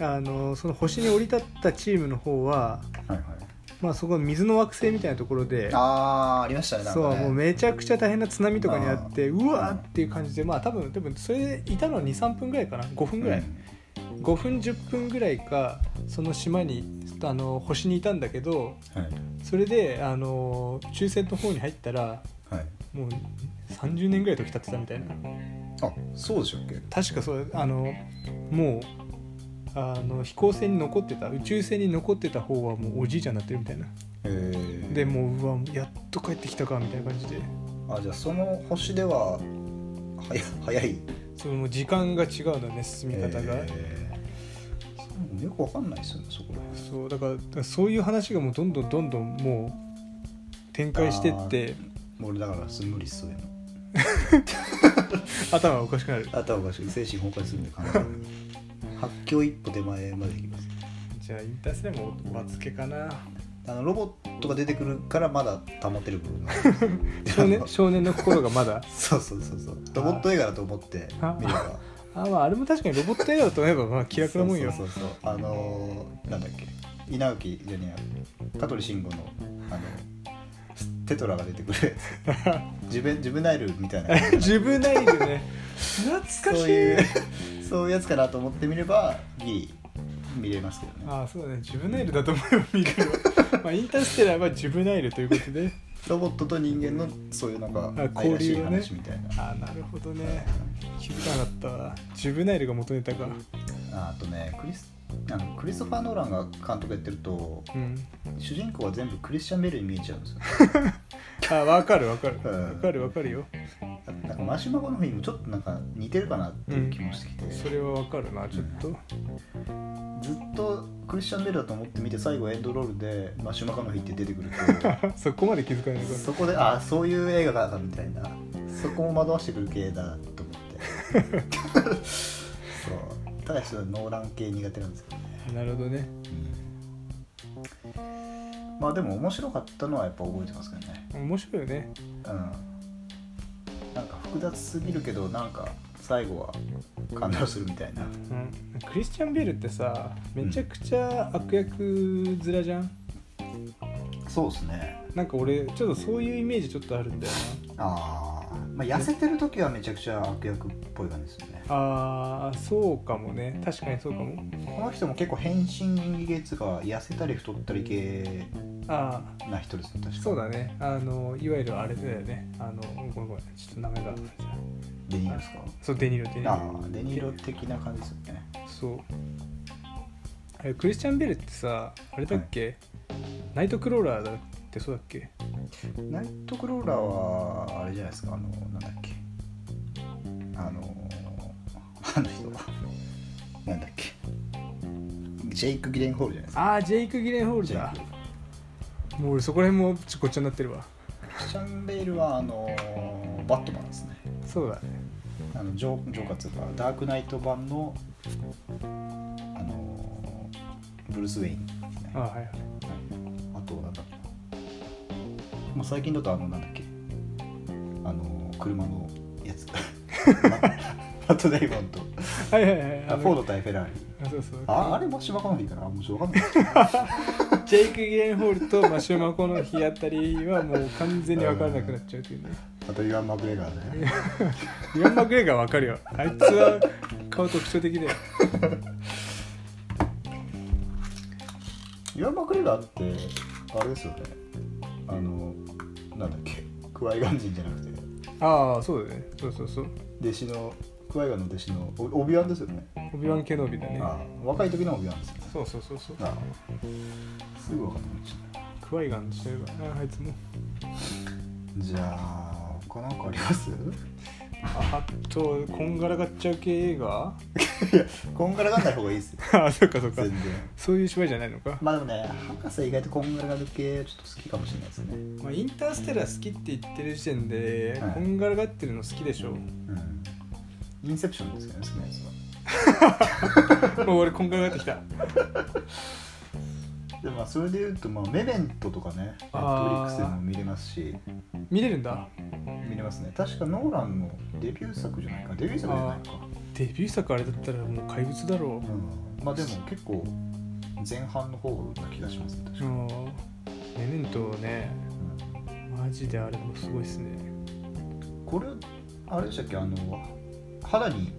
[SPEAKER 2] あのその星に降り立ったチームの方は
[SPEAKER 1] うなはいはい
[SPEAKER 2] まあそこの水の惑星みたいなところで
[SPEAKER 1] あーありましたねなんか
[SPEAKER 2] そう
[SPEAKER 1] ね
[SPEAKER 2] もうめちゃくちゃ大変な津波とかにあってうわーっていう感じでまあ多分多分それでいたのは23分ぐらいかな5分ぐらい、5分10分ぐらいかその島にあの星にいたんだけど
[SPEAKER 1] うんはい
[SPEAKER 2] それであの抽選の方に入ったら
[SPEAKER 1] はい
[SPEAKER 2] もう30年ぐらい時経ってたみたいな
[SPEAKER 1] あそうでしょっけ
[SPEAKER 2] 確かそうあのもうあの飛行船に残ってた宇宙船に残ってた方はもうおじいちゃんになってるみたいな
[SPEAKER 1] えー
[SPEAKER 2] でもううわやっと帰ってきたかみたいな感じで
[SPEAKER 1] あじゃあその星では早早い
[SPEAKER 2] そのもう時間が違うんだね進み方が、
[SPEAKER 1] えーそうよくわかんないですよねそこら辺
[SPEAKER 2] そうだからそういう話がもうどんどんどんどんもう展開してって
[SPEAKER 1] もう俺だからす無理っすそういうの
[SPEAKER 2] 頭がおかしくなる
[SPEAKER 1] あとはおかしい精神崩壊するんで完全に 発狂一歩手前までいきます
[SPEAKER 2] じゃあインターセプトもおばつけかな
[SPEAKER 1] あのロボットが出てくるからまだ保てる部分が
[SPEAKER 2] 少 年少年の心がまだ
[SPEAKER 1] そうそうそうそうロボット映画だと思って見れば
[SPEAKER 2] あまああれも確かにロボット映画だと思えばまあ気楽なもんよ
[SPEAKER 1] そうそうそうそうあのーなんだっけ稲垣じゃねえや香取慎吾のあのテトラが出てく るやつジュベジュブナイルみたいな
[SPEAKER 2] ジュブナイルね懐かし
[SPEAKER 1] そ
[SPEAKER 2] い
[SPEAKER 1] ういうそういう やつかなと思ってみればギリ見れますけどね
[SPEAKER 2] ああそうだねジュブナイルだと思えば見れるわ まあインターステラーはジュブナイルということで
[SPEAKER 1] ロボットと人間のそういうなんか
[SPEAKER 2] あ
[SPEAKER 1] 愛
[SPEAKER 2] 交
[SPEAKER 1] らし
[SPEAKER 2] 流
[SPEAKER 1] い
[SPEAKER 2] をね
[SPEAKER 1] 話みたいな、
[SPEAKER 2] ああなるほどね気づかなかったわジュブナイルが元ネタか
[SPEAKER 1] ああとねクリスあのクリストファー・ノーランが監督やってると
[SPEAKER 2] うん
[SPEAKER 1] 主人公は全部クリスチャン・ベルに見えちゃうんですよ
[SPEAKER 2] あわかるわかる
[SPEAKER 1] うん
[SPEAKER 2] わかるわかるよ
[SPEAKER 1] なんかマシュマロの日もちょっとなんか似てるかなっていう気もしてきて、
[SPEAKER 2] それはわかるなちょっと
[SPEAKER 1] ずっとクリスチャン・ベルだと思って見て最後エンドロールでマシュマカの日って出てくる
[SPEAKER 2] そこまで気づか ないの
[SPEAKER 1] と
[SPEAKER 2] か
[SPEAKER 1] そこであそういう映画だなみたいなそこも惑わしてくる系だと思って そうただしノーラン系苦手なんですけどね、
[SPEAKER 2] なるほどね
[SPEAKER 1] まあでも面白かったのはやっぱ覚えてますけどね
[SPEAKER 2] 面白いよね
[SPEAKER 1] うんなんか複雑すぎるけどなんか最後は感動するみたいな
[SPEAKER 2] うんクリスチャン・ベルってさめちゃくちゃ悪役面じゃん
[SPEAKER 1] そうですね
[SPEAKER 2] なんか俺ちょっとそういうイメージちょっとあるんだよ
[SPEAKER 1] ああまあ、痩せてる時はめちゃくちゃ悪役っぽい感じですよね
[SPEAKER 2] あーそうかもね確かにそうかも
[SPEAKER 1] この人も結構変身月が痩せたり太ったり系
[SPEAKER 2] あ
[SPEAKER 1] な人ですね確か
[SPEAKER 2] あそうだねあのいわゆるあれだよねあのごめんごめんちょっと名前が
[SPEAKER 1] デニーロですか
[SPEAKER 2] そうデニーロデニーロ
[SPEAKER 1] ああデニーロ的な感じですよね
[SPEAKER 2] そうあれクリスチャン・ベルってさあれだっけ、ナイトクローラーだってそうだっけ
[SPEAKER 1] ナイトクローラーはあれじゃないですかあのなんだっけあのあの人はなんだっけジェイク・ギレンホールじゃないですか
[SPEAKER 2] ああジェイク・ギレンホール
[SPEAKER 1] ジェイ
[SPEAKER 2] だ
[SPEAKER 1] ク
[SPEAKER 2] もう俺そこら辺もちょごっちゃになってるわ
[SPEAKER 1] クリスチャン・ベイルはあのバットマンですね
[SPEAKER 2] そうだね
[SPEAKER 1] あのジョジョーカーというかダークナイト版のあのブルース・ウェインですね
[SPEAKER 2] あーはいはい
[SPEAKER 1] あとなんだっけなもう最近だとあのなんだっけあの車のやつ ママット・デイモンと
[SPEAKER 2] はいはいはい
[SPEAKER 1] あ
[SPEAKER 2] あの
[SPEAKER 1] フォード対フェラーリ
[SPEAKER 2] あそうそう
[SPEAKER 1] ああれも芝かの日かなもうしょうがない
[SPEAKER 2] ジェイク・ギレンホールとマシュマコの日あたりはもう完全に分からなくなっちゃうという ね
[SPEAKER 1] あとイワン・マクレガーね
[SPEAKER 2] イワン・マクレガー分かるよあいつは顔特徴的だよ
[SPEAKER 1] イワン・マクレガーってあれですよねあのなんだっけクワイガン人じゃなくて
[SPEAKER 2] ああそうだねそうそうそう
[SPEAKER 1] 弟子のクワイガンの弟子のオオビワンですよね
[SPEAKER 2] オビワン・ケノビだね
[SPEAKER 1] あ若い時のオビワンですよね
[SPEAKER 2] そうそうそうそう
[SPEAKER 1] あすぐ分かんなくなっちゃった
[SPEAKER 2] クワイガンにしちゃえばああいつも
[SPEAKER 1] じゃあ他なんかあります
[SPEAKER 2] ああとこんがらがっちゃう系映画
[SPEAKER 1] いや こんがらがんない方がいいです よ
[SPEAKER 2] あそっかそっか
[SPEAKER 1] 全然
[SPEAKER 2] そういう芝居じゃないのか、
[SPEAKER 1] まあでもね博士意外とこんがらがる系ちょっと好きかもしれないですね
[SPEAKER 2] まあ、インターステラー好きって言ってる時点で、
[SPEAKER 1] はい
[SPEAKER 2] こんがらがってるの好きで しょ
[SPEAKER 1] うんインセプションですよね好きなやつは
[SPEAKER 2] もう俺こんがらがってきた
[SPEAKER 1] でまあそれでいうと、まあ、メメントとかねネットフリッ
[SPEAKER 2] あー
[SPEAKER 1] クスでも見れますし
[SPEAKER 2] 見れるんだ
[SPEAKER 1] 見れますね確かノーランのデビュー作じゃないかデビュー作じゃないか
[SPEAKER 2] デビュー作あれだったらもう怪物だろ
[SPEAKER 1] うんまあでも結構前半の方な気がしますね確
[SPEAKER 2] う
[SPEAKER 1] か
[SPEAKER 2] うんメメントねマジであれもすごいっすね
[SPEAKER 1] うんこれあれでしたっけあの肌に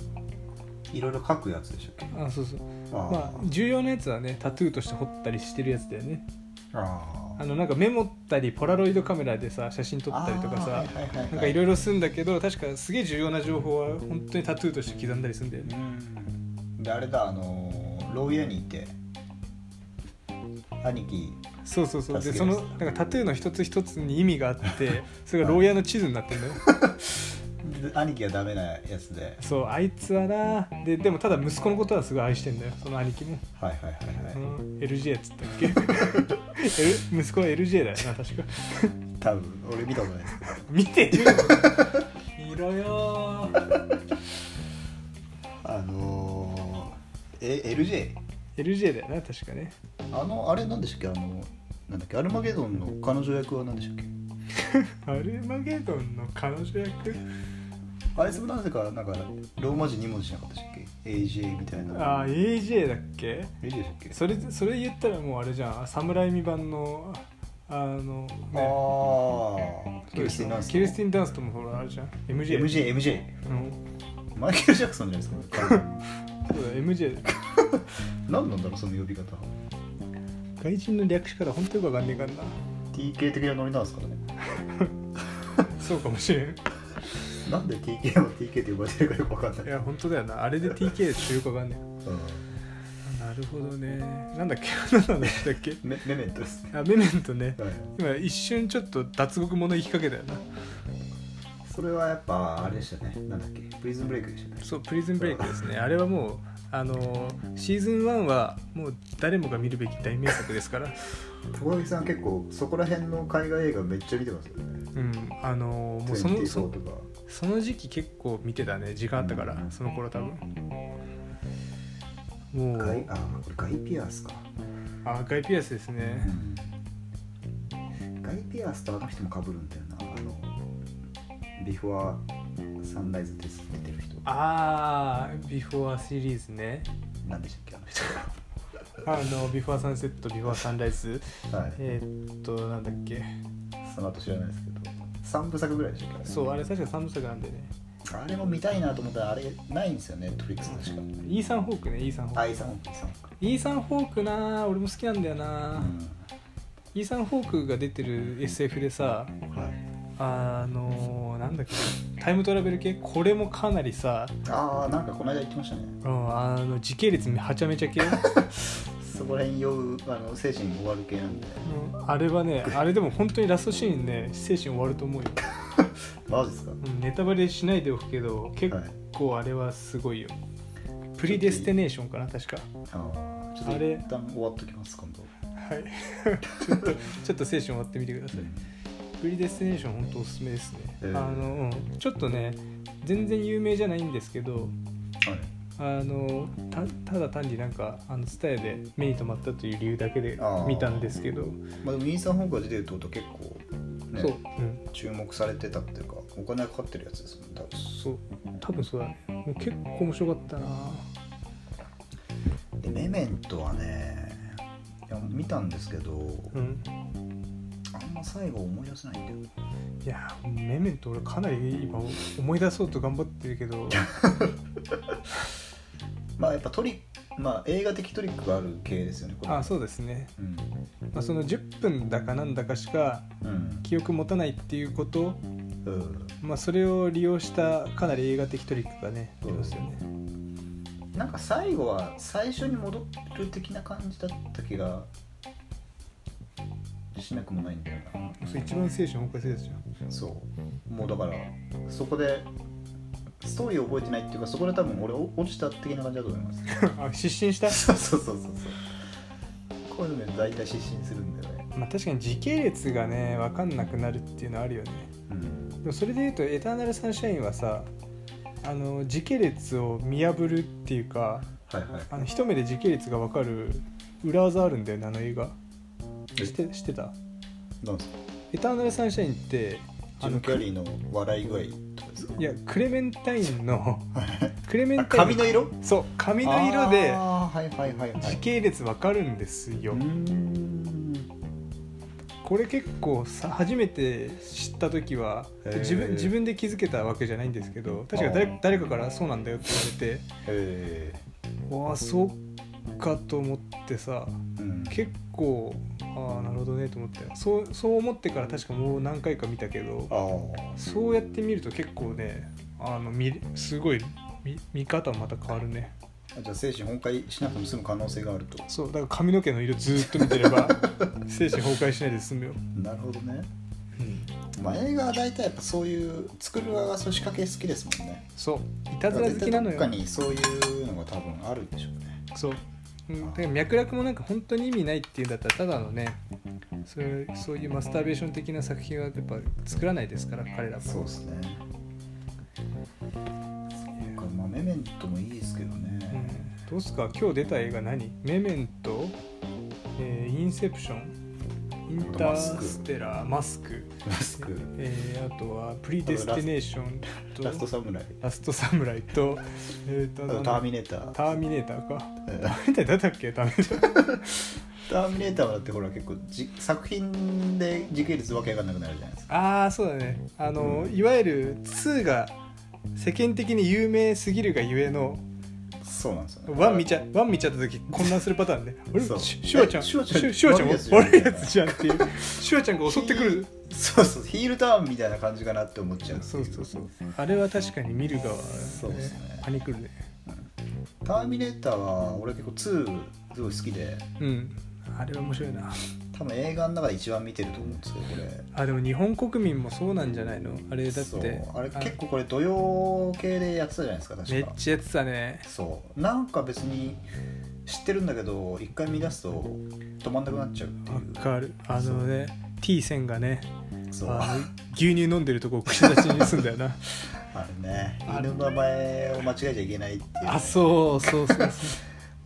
[SPEAKER 1] いろいろ描くやつでしたっけ
[SPEAKER 2] あそうそう
[SPEAKER 1] あ
[SPEAKER 2] まあ重要なやつはねタトゥーとして彫ったりしてるやつだよね
[SPEAKER 1] ああ
[SPEAKER 2] あのなんかメモったりポラロイドカメラでさ写真撮ったりとかさ、
[SPEAKER 1] あーはいはいはい
[SPEAKER 2] なんかいろいろするんだけど確かすげえ重要な情報は本当にタトゥーとして刻んだりするんだよね
[SPEAKER 1] うんであれだあのー牢屋にいて兄貴
[SPEAKER 2] そうそうそうで
[SPEAKER 1] 助
[SPEAKER 2] そ
[SPEAKER 1] けます
[SPEAKER 2] のなんかタトゥーの一つ一つに意味があって それが牢屋の地図になってるんだよ
[SPEAKER 1] で兄貴がダメなやつで
[SPEAKER 2] そうあいつはなででもただ息子のことはすごい愛してんだよその兄貴も、
[SPEAKER 1] はいはいはいは
[SPEAKER 2] う
[SPEAKER 1] い、
[SPEAKER 2] ん LJ っつったっけ L 息子は LJ だよな確か
[SPEAKER 1] 多分俺見たことないですけど
[SPEAKER 2] 見て よ見ろよー
[SPEAKER 1] あのー、え LJ
[SPEAKER 2] LJ だよな確かね
[SPEAKER 1] あのあれなんでしたっけあのなんだっけアルマゲドンの彼女役は何でしたっけ
[SPEAKER 2] アルマゲドンの彼女役
[SPEAKER 1] あいつもなぜかなんかローマ字2文字じゃなかったでしたっけ AJ みたいな
[SPEAKER 2] ああ AJ だっけ
[SPEAKER 1] AJ でしたっけ
[SPEAKER 2] それそれ言ったらもうあれじゃん侍未版のあの、
[SPEAKER 1] あ
[SPEAKER 2] ね、
[SPEAKER 1] あキルスティン・ランスの
[SPEAKER 2] キルスティンダンスともほらあれじゃん MJ,
[SPEAKER 1] MJ MJ
[SPEAKER 2] うん、
[SPEAKER 1] マイケル・ジャクソンじゃないですか
[SPEAKER 2] そうだ MJ
[SPEAKER 1] 何なんだろうその呼び方
[SPEAKER 2] 外人の略しから本当よくわかんねえからな
[SPEAKER 1] TK 的なノリなんですかね
[SPEAKER 2] そうかもしれん
[SPEAKER 1] なんで TK を TK って呼ばれてるかよくわかんない
[SPEAKER 2] いや本当だよなあれで TK ってよくわかんね
[SPEAKER 1] うん
[SPEAKER 2] えなるほどねなんだっけ 何なんだったっけ
[SPEAKER 1] メメメントですね、
[SPEAKER 2] あメメントね
[SPEAKER 1] はい、
[SPEAKER 2] 今一瞬ちょっと脱獄物言いかけたよな
[SPEAKER 1] それはやっぱあれでしたねなんだっけプリズンブレイクでしたね
[SPEAKER 2] そうプリズンブレイクですねあれはもうあのーシーズン1はもう誰もが見るべき大名作ですから
[SPEAKER 1] 高木さん結構そこら辺の海外映画めっちゃ見てますよね
[SPEAKER 2] うんあのーもうその
[SPEAKER 1] 24
[SPEAKER 2] そ
[SPEAKER 1] とか
[SPEAKER 2] その時期結構見てたね時間あったから、
[SPEAKER 1] うん
[SPEAKER 2] その頃多分も
[SPEAKER 1] ガイ
[SPEAKER 2] う
[SPEAKER 1] あこれガイピアースか、
[SPEAKER 2] あガイピアスですね
[SPEAKER 1] ガイピアースとあの人もかぶるんだよなあのビフォアサンライズですって出てる人
[SPEAKER 2] ああビフォーシリーズね
[SPEAKER 1] なんでしたっけあの人
[SPEAKER 2] あのビフォーサンセットビフォーサンライズ
[SPEAKER 1] はい
[SPEAKER 2] えーっとなんだっけ
[SPEAKER 1] その後知らないですけど3部作ぐらいでしたっけね
[SPEAKER 2] そうあれ確か3部作なんでね
[SPEAKER 1] あれも見たいなと思ったらあれないんですよね Netflix 確か
[SPEAKER 2] イーサン・ホークねイーサン・ホ
[SPEAKER 1] あ
[SPEAKER 2] ーク
[SPEAKER 1] イーサンホークイーサンホーク
[SPEAKER 2] イーサン・ホークな俺も好きなんだよな、イーサン・ホークが出てる SF でさ
[SPEAKER 1] うんはい
[SPEAKER 2] あのーなんだっけタイムトラベル系これもかなりさ、
[SPEAKER 1] ああなんかこの間言ってましたね
[SPEAKER 2] うん、あの時系列はちゃめち ゃ系
[SPEAKER 1] そこら辺酔うあの精神終わる系なんで
[SPEAKER 2] うんあれはねあれでも本当にラストシーンね精神終わると思うよ、
[SPEAKER 1] マジですか
[SPEAKER 2] うん、ネタバレしないでおくけど結構あれはすごいよプリデステネーションかな確か
[SPEAKER 1] あーちょっ
[SPEAKER 2] あ
[SPEAKER 1] と
[SPEAKER 2] れ
[SPEAKER 1] 一旦終わっときます今度
[SPEAKER 2] はい ちょっとちょっと精神終わってみてくださいプリデステネーション本当おすすめですね、
[SPEAKER 1] えー
[SPEAKER 2] あのうん、ちょっとね全然有名じゃないんですけど
[SPEAKER 1] はい
[SPEAKER 2] あのたただ単になんかあの TSUTAYA で目に留まったという理由だけで
[SPEAKER 1] あー
[SPEAKER 2] 見たんですけど、
[SPEAKER 1] まあでもイーサンホークが出てるってことは結構ね
[SPEAKER 2] そう、うん、
[SPEAKER 1] 注目されてたっていうかお金がかかってるやつですもん多分
[SPEAKER 2] そう多分そうだねもう結構面白かったな
[SPEAKER 1] でメメントはねいや見たんですけど、
[SPEAKER 2] うん
[SPEAKER 1] あんま最後思い出せないんだよ
[SPEAKER 2] いやーメメント俺かなり今思い出そうと頑張ってる けど
[SPEAKER 1] まあやっぱトリックまあ映画的トリックがある系ですよねこれ
[SPEAKER 2] あそうですね、
[SPEAKER 1] うん
[SPEAKER 2] まあ、その10分だかなんだかしか
[SPEAKER 1] うん
[SPEAKER 2] 記憶持たないっていうこと、
[SPEAKER 1] うん
[SPEAKER 2] まあ、それを利用したかなり映画的トリックがねありますよね、
[SPEAKER 1] なんか最後は最初に戻る的な感じだった気がしなくもないんだよ
[SPEAKER 2] それ一番精神を動かせるじゃん
[SPEAKER 1] なそうもうだからそこでストーリーを覚えてないっていうかそこで多分俺落ちた的な感じだと思います
[SPEAKER 2] あ失神した
[SPEAKER 1] そうそうそうそうそうこういうので大体失神するんだよね
[SPEAKER 2] まあ確かに時系列がね分かんなくなるっていうのはあるよね
[SPEAKER 1] うん
[SPEAKER 2] でもそれで言うと「エターナルサンシャイン」はさあの時系列を見破るっていうか
[SPEAKER 1] はいはい
[SPEAKER 2] あの一目で時系列が分かる裏技あるんだよねあの映画知って知ってた
[SPEAKER 1] なんですか
[SPEAKER 2] 「エターナルサンシャイン」って
[SPEAKER 1] ジ
[SPEAKER 2] あ
[SPEAKER 1] ム・
[SPEAKER 2] の
[SPEAKER 1] キャリーの笑い具合とかですか
[SPEAKER 2] いやクレメンタインのクレメ ン
[SPEAKER 1] あ
[SPEAKER 2] タイン
[SPEAKER 1] 髪の色
[SPEAKER 2] そう髪の色で
[SPEAKER 1] あーはいはいはいはい
[SPEAKER 2] 時系列分かるんですよ、
[SPEAKER 1] うーん
[SPEAKER 2] これ結構さ初めて知った時は
[SPEAKER 1] へー
[SPEAKER 2] 自分自分で気づけたわけじゃないんですけど確か
[SPEAKER 1] あー
[SPEAKER 2] 誰誰かから「そうなんだよ」って言われて
[SPEAKER 1] へ
[SPEAKER 2] 「わあそっか」と思ってさ
[SPEAKER 1] えうん
[SPEAKER 2] 結構ああなるほどねと思ってそうそう思ってから確かもう何回か見たけど
[SPEAKER 1] あ
[SPEAKER 2] そうやって見ると結構ねあの見すごい見見方また変わるね
[SPEAKER 1] あじゃあ精神崩壊しなくても済む可能性があると
[SPEAKER 2] そうだから髪の毛の色ずーっと見て れば精神崩壊しないで済むよ、
[SPEAKER 1] なるほどねまあ映画は大体やっぱそういう作る側がそういう仕掛け好きですもんね
[SPEAKER 2] そういたずら好きなのよ
[SPEAKER 1] だから絶対どっかにそういうのが多分あるんでしょうね
[SPEAKER 2] そう、うん、だから脈絡もなんか本当に意味ないっていうんだったらただのねそういうそういうマスターベーション的な作品はやっぱ作らないですから彼らも
[SPEAKER 1] そうですねなんかまあメメントもいいですけどね、
[SPEAKER 2] うん、どうすか今日出た映画何メメント、えーインセプションインターステラーマスク
[SPEAKER 1] マスク
[SPEAKER 2] えーあとはプリデスティネーションと
[SPEAKER 1] ラストサムライ
[SPEAKER 2] ラストサムライと,、えーと
[SPEAKER 1] あ
[SPEAKER 2] あの
[SPEAKER 1] とターミネーター
[SPEAKER 2] ターミネーターか
[SPEAKER 1] う ん
[SPEAKER 2] ターミネーターだったっけターミネーター
[SPEAKER 1] ターミネーターはだってほら結構じ作品で時系列わけがなくなるじゃないですか
[SPEAKER 2] ああそうだねあの、
[SPEAKER 1] うん
[SPEAKER 2] いわゆる2が世間的に有名すぎるがゆえの
[SPEAKER 1] そうなんですよね
[SPEAKER 2] ワン見ちゃワン見ちゃった時混乱するパターンで俺
[SPEAKER 1] そう
[SPEAKER 2] シュシュワちゃん
[SPEAKER 1] え
[SPEAKER 2] シ
[SPEAKER 1] シュ
[SPEAKER 2] ュ
[SPEAKER 1] ワちゃん
[SPEAKER 2] シュワちゃん
[SPEAKER 1] 悪いやつじゃん
[SPEAKER 2] 悪いやつじゃんっていうシュワちゃんが襲ってくる
[SPEAKER 1] そうそうヒールターンみたいな感じかなって思っちゃうってい
[SPEAKER 2] そうそうそうあれは確かに見る側、ね、
[SPEAKER 1] そうですね
[SPEAKER 2] パニクるね
[SPEAKER 1] ターミネーターは俺結構2すごい好きで
[SPEAKER 2] うんあれは面白いな
[SPEAKER 1] 多分映画の中で一番見てると思うんですよこれ
[SPEAKER 2] あでも日本国民もそうなんじゃないのあれだっ
[SPEAKER 1] そ
[SPEAKER 2] て
[SPEAKER 1] うあれ結構これ土曜系でやってたじゃないですか
[SPEAKER 2] め
[SPEAKER 1] 確
[SPEAKER 2] っ
[SPEAKER 1] か
[SPEAKER 2] ちゃやってたね
[SPEAKER 1] そうなんか別に知ってるんだけど一回見出すと止まんなくなっちゃうってい
[SPEAKER 2] わ
[SPEAKER 1] う
[SPEAKER 2] かるあのね T 線がね
[SPEAKER 1] そう
[SPEAKER 2] あの
[SPEAKER 1] あ
[SPEAKER 2] 牛乳飲んでるとこ口出しにすんだよな
[SPEAKER 1] れね犬の名前を間違えちゃいけないっていうね、
[SPEAKER 2] あそうそうそうそう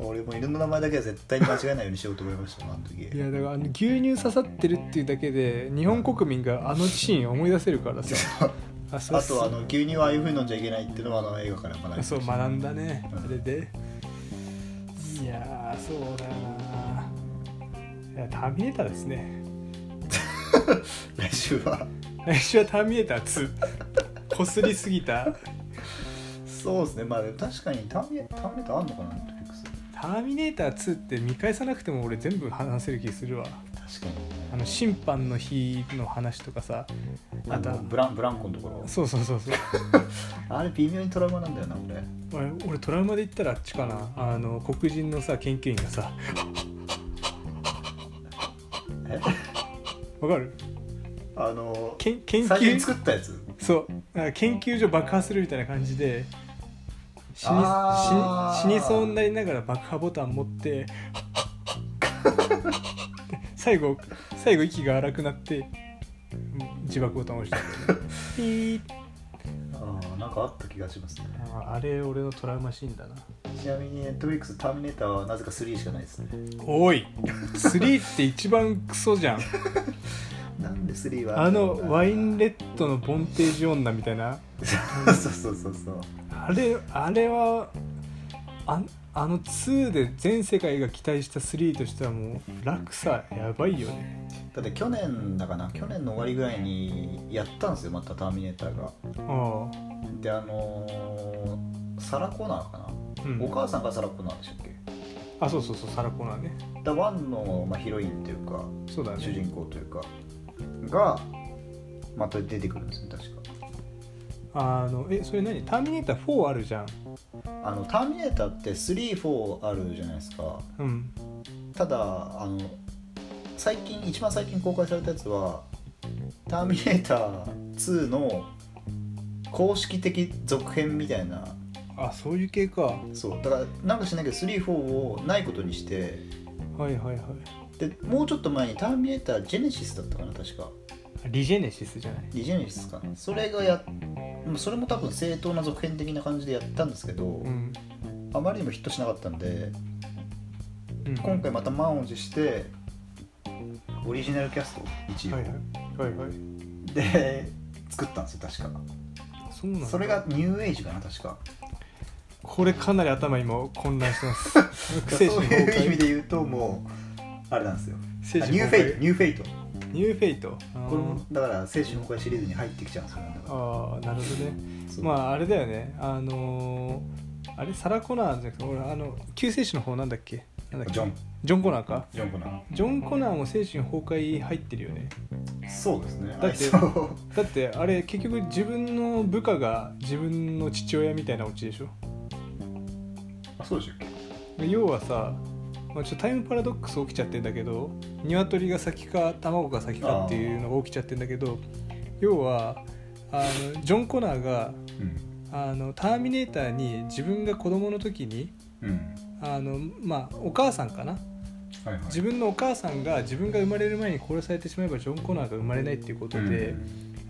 [SPEAKER 1] 俺も犬の名前だけは絶対に間違えないようにしようと思いましたもんあの時
[SPEAKER 2] いやだからあの牛乳刺さってるっていうだけで日本国民があのシーンを思い出せるからさ あそう
[SPEAKER 1] あとあの牛乳はああいうふうに飲んじゃいけないっていうのはあの映画から学びまし
[SPEAKER 2] そ
[SPEAKER 1] た
[SPEAKER 2] う学んだね
[SPEAKER 1] うん
[SPEAKER 2] あれでいやーそうだよないやターミネーターですね
[SPEAKER 1] 来週は
[SPEAKER 2] 来週は「ターミネーター2」こすりすぎた
[SPEAKER 1] そうですねまあ確かにターミネターミネーターあんのかな Netflix
[SPEAKER 2] 「ターミネーター2」って見返さなくても俺全部話せる気するわ
[SPEAKER 1] 確か
[SPEAKER 2] あの審判の日の話とかさ
[SPEAKER 1] に
[SPEAKER 2] あ
[SPEAKER 1] あ
[SPEAKER 2] と
[SPEAKER 1] のブランブランコのところ
[SPEAKER 2] そうそうそうそう
[SPEAKER 1] あれ微妙にトラウマなんだよな俺
[SPEAKER 2] 俺俺トラウマで言ったらあっちかなあの黒人のさ研究員がさ
[SPEAKER 1] え
[SPEAKER 2] わかる
[SPEAKER 1] あの
[SPEAKER 2] けん研
[SPEAKER 1] 最近
[SPEAKER 2] 究
[SPEAKER 1] 作ったやつ
[SPEAKER 2] そうなんか研究所爆破するみたいな感じで死に
[SPEAKER 1] あー
[SPEAKER 2] 死に死にそうになりながら爆破ボタン持って最後最後息が荒くなって自爆ボタンを 押したピー
[SPEAKER 1] あーなんかあった気がしますね
[SPEAKER 2] あーあれ俺のトラウマシーンだな
[SPEAKER 1] ちなみに Netflix ターミネーターはなぜか3しかないですね
[SPEAKER 2] おい3って一番クソじゃん
[SPEAKER 1] なんで3は
[SPEAKER 2] あのワイン
[SPEAKER 1] レ
[SPEAKER 2] レッドのボンテージ女みたいな
[SPEAKER 1] そうそうそうそう
[SPEAKER 2] あれあれはああの2で全世界が期待した3としてはもう落差やばいよね
[SPEAKER 1] だって去年だかな去年の終わりぐらいにやったんですよまたターミネーターが
[SPEAKER 2] ああ
[SPEAKER 1] であのーサラコナーかな、
[SPEAKER 2] うん
[SPEAKER 1] お母さんがサラコナーでしたっけ
[SPEAKER 2] あそうそうそうサラコナーね
[SPEAKER 1] だワンの、まあ、ヒロインというか
[SPEAKER 2] そうだね
[SPEAKER 1] 主人公というかがまた出てくるんですね確か
[SPEAKER 2] あのえそれ何ターミネーター4あるじゃん
[SPEAKER 1] あのターミネーターって34あるじゃないですか
[SPEAKER 2] うん
[SPEAKER 1] ただあの最近一番最近公開されたやつは「ターミネーター2」の公式的続編みたいな
[SPEAKER 2] あそういう系かは
[SPEAKER 1] そうだからなんかしないけど34をないことにして
[SPEAKER 2] いはいはい
[SPEAKER 1] でもうちょっと前に「ターミネータージェネシス」だったかな確か
[SPEAKER 2] リジェネシスじゃない
[SPEAKER 1] リジェネシスかなそれがやうんそれも多分正当な続編的な感じでやったんですけど、
[SPEAKER 2] うん、
[SPEAKER 1] あまりにもヒットしなかったんで
[SPEAKER 2] うん、
[SPEAKER 1] 今回また満を持してオリジナルキャスト一応、
[SPEAKER 2] はいはいはいはい
[SPEAKER 1] で作ったんですよ確か
[SPEAKER 2] そうなんだ
[SPEAKER 1] それがニューエイジかな確か
[SPEAKER 2] これかなり頭今混乱してます
[SPEAKER 1] そう
[SPEAKER 2] 精神崩
[SPEAKER 1] いう意味
[SPEAKER 2] 壊
[SPEAKER 1] で言うともうあれなんですよ
[SPEAKER 2] 精
[SPEAKER 1] あ
[SPEAKER 2] 神
[SPEAKER 1] ニューフェ
[SPEAKER 2] 崩
[SPEAKER 1] イ
[SPEAKER 2] 壊
[SPEAKER 1] トニューフェイト
[SPEAKER 2] ニューフェイトあー
[SPEAKER 1] これもだから精神崩壊シリーズに入ってきちゃうんですよだか
[SPEAKER 2] あーなるほどね
[SPEAKER 1] らそう
[SPEAKER 2] まああれだよねあのーあれサラ・コナーじゃなくて俺あの救世主の方なんだっけなんだっけ
[SPEAKER 1] ジョン
[SPEAKER 2] ジョン・コナーか
[SPEAKER 1] ジョンコナー
[SPEAKER 2] ジョン・コナーも精神崩壊入ってるよね
[SPEAKER 1] そうですね
[SPEAKER 2] だって
[SPEAKER 1] あ そう
[SPEAKER 2] だってあれ結局自分の部下が自分の父親みたいなオチでしょ
[SPEAKER 1] あそうでしたっけ
[SPEAKER 2] 要はさまあちょっとタイムパラドックス起きちゃってんだけど鶏が先か卵が先かっていうのが起きちゃってんだけど要はあのジョン・コナーが
[SPEAKER 1] うん
[SPEAKER 2] あのターミネーターに自分が子供の時に
[SPEAKER 1] うん
[SPEAKER 2] あのまあお母さんかな
[SPEAKER 1] はいはい
[SPEAKER 2] 自分のお母さんが自分が生まれる前に殺されてしまえばジョン・コナーが生まれないっていうことで、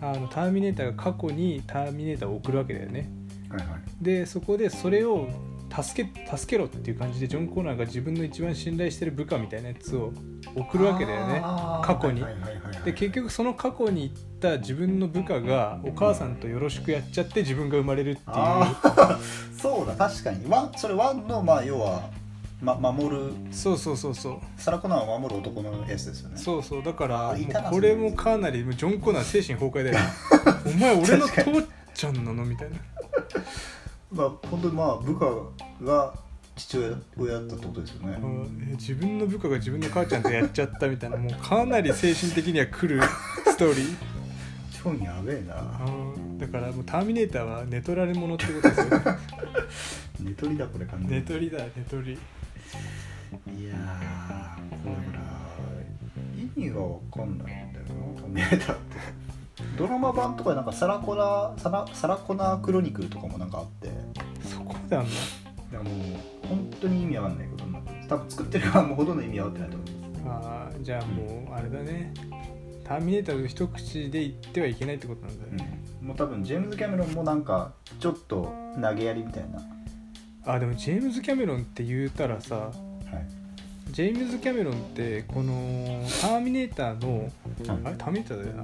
[SPEAKER 2] あのターミネーターが過去にターミネーターを送るわけだよね
[SPEAKER 1] うんはいはい
[SPEAKER 2] でそこでそれを助け助けろっていう感じでジョン・コナーが自分の一番信頼してる部下みたいなやつを送るわけだよね
[SPEAKER 1] あー
[SPEAKER 2] 過去に
[SPEAKER 1] はいはいはいはいはい
[SPEAKER 2] で結局その過去に行った自分の部下がお母さんとよろしくやっちゃって自分が生まれるっていう
[SPEAKER 1] ああそうだ確かにワンそれワンのまあ要は、ま、守る
[SPEAKER 2] そうそうそうそう
[SPEAKER 1] サラコナーを守る男のエースですよね
[SPEAKER 2] そうそうだから
[SPEAKER 1] あいたな
[SPEAKER 2] もうこれもかなりもうジョン・コナー精神崩壊だよ お前俺の父ちゃんなのみたいな
[SPEAKER 1] まあ本当にまあ部下が父親だったってことですよね、
[SPEAKER 2] あえ自分の部下が自分の母ちゃんとやっちゃったみたいなもうかなり精神的には来るストーリー
[SPEAKER 1] 超やべえ
[SPEAKER 2] あ
[SPEAKER 1] な
[SPEAKER 2] ーだからもう「ターミネーター」は寝取られ者ってことですよ
[SPEAKER 1] 寝取りだこれ完全
[SPEAKER 2] 寝
[SPEAKER 1] に
[SPEAKER 2] 取りだ寝取り
[SPEAKER 1] いやーだから意味がわかんないんだよな寝たってドラマ版とかなんかサラコナサラサラコナークロニクルとかもなんかあって
[SPEAKER 2] そこまであんの
[SPEAKER 1] なんかもう本当に意味わかんないことになってます多分作ってる側もほとんど意味わかってないと思います
[SPEAKER 2] あーじゃあもうあれだね「ターミネーター」の一口で言ってはいけないってことなんだよね、
[SPEAKER 1] もう多分ジェームズ・キャメロンもなんかちょっと投げやりみたいな、は
[SPEAKER 2] あでもジェームズ・キャメロンって言うたらさジェームズ・キャメロンってこの「ターミネーター」のあれターミネーターだよな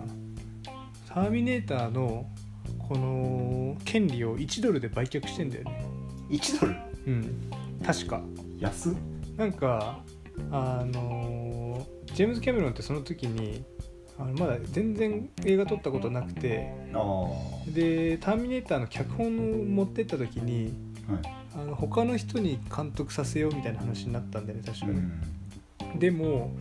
[SPEAKER 2] ターミネーターのこの権利を1ドルで売却してんだよね
[SPEAKER 1] い、1ドル
[SPEAKER 2] うん確か
[SPEAKER 1] 安
[SPEAKER 2] なんかあのージェームズ・キャメロンってその時にあのまだ全然映画撮ったことなくて
[SPEAKER 1] ああ
[SPEAKER 2] で「ターミネーター」の脚本を持ってった時に
[SPEAKER 1] は
[SPEAKER 2] あの他の人に監督させようみたいな話になったんだよね確
[SPEAKER 1] い、
[SPEAKER 2] か
[SPEAKER 1] う
[SPEAKER 2] に、
[SPEAKER 1] ん、
[SPEAKER 2] でも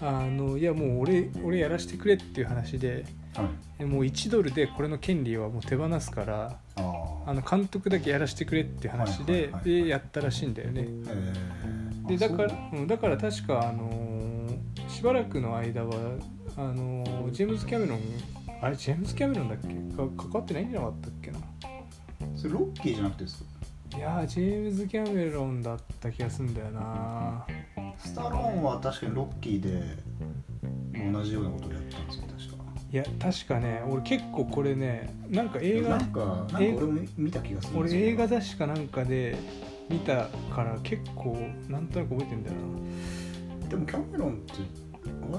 [SPEAKER 2] あのいやもう俺俺やらせてくれっていう話で
[SPEAKER 1] はい
[SPEAKER 2] えもう1ドルでこれの権利はもう手放すから
[SPEAKER 1] あ
[SPEAKER 2] あの監督だけやらせてくれっていう話で,、
[SPEAKER 1] はいはいはいはい
[SPEAKER 2] でやったらしいんだよね
[SPEAKER 1] えー
[SPEAKER 2] で
[SPEAKER 1] あ
[SPEAKER 2] だから
[SPEAKER 1] そう
[SPEAKER 2] うんだから確か、あのーしばらくの間はあのージェームズ・キャメロンあれジェームズ・キャメロンだっけか関わってないんじゃなかったっけな
[SPEAKER 1] それロッキーじゃなくてですか
[SPEAKER 2] いやージェームズ・キャメロンだった気がするんだよな
[SPEAKER 1] スタローンは確かにロッキーで同じようなことをやったんですよ確か
[SPEAKER 2] いや確かね俺結構これねなんか映
[SPEAKER 1] な
[SPEAKER 2] 画
[SPEAKER 1] んかなんか俺も見た気がするんで
[SPEAKER 2] 俺
[SPEAKER 1] すよ
[SPEAKER 2] 映画雑誌かなんかで見たから結構なんとなく覚えてんだよ
[SPEAKER 1] でもキャメロンっ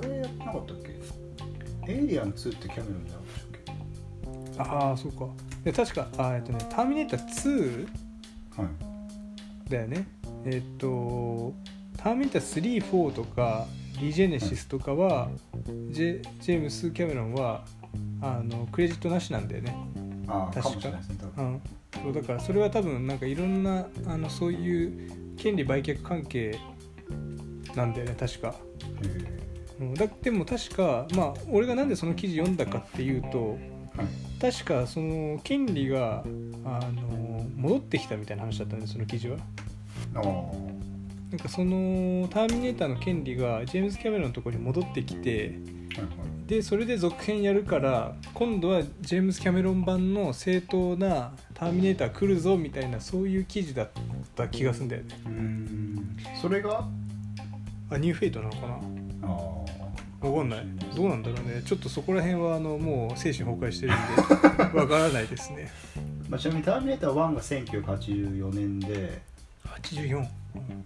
[SPEAKER 1] てあれやってなかったっけエイリアン2ってキャメロンじゃなかったっ
[SPEAKER 2] なああそうかで確かあーえっとね「ターミネーター2」
[SPEAKER 1] けはい
[SPEAKER 2] だよねえっと「ターミネーター3」「4」とか「リジェネシス」とかはジェジェームス・キャメロンはあのクレジットなしなんだよね
[SPEAKER 1] ああ
[SPEAKER 2] 確か
[SPEAKER 1] かもしれないですね多
[SPEAKER 2] う
[SPEAKER 1] 分
[SPEAKER 2] ん、そうだからそれは多分なんかいろんなあのそういう権利売却関係なんだよね確か、
[SPEAKER 1] へ
[SPEAKER 2] うん、だでも確かまあ俺がなんでその記事読んだかっていうと
[SPEAKER 1] えはい
[SPEAKER 2] 確かその権利があの戻ってきたみたいな話だったんでその記事は
[SPEAKER 1] ああ
[SPEAKER 2] なんかその「ターミネーター」の権利がジェームズ・キャメロンのところに戻ってきて
[SPEAKER 1] はい
[SPEAKER 2] でそれで続編やるから今度はジェームズ・キャメロン版の正当な「ターミネーター来るぞ」みたいなそういう記事だった気がするんだよね
[SPEAKER 1] うーんそれがあ
[SPEAKER 2] あニューフェイトなのかな
[SPEAKER 1] あ
[SPEAKER 2] わかんないどうなんだろうねちょっとそこら辺はあのもう精神崩壊してるん でわからないですね
[SPEAKER 1] まあ、ちなみに「ターミネーター1」が1984年で
[SPEAKER 2] 84は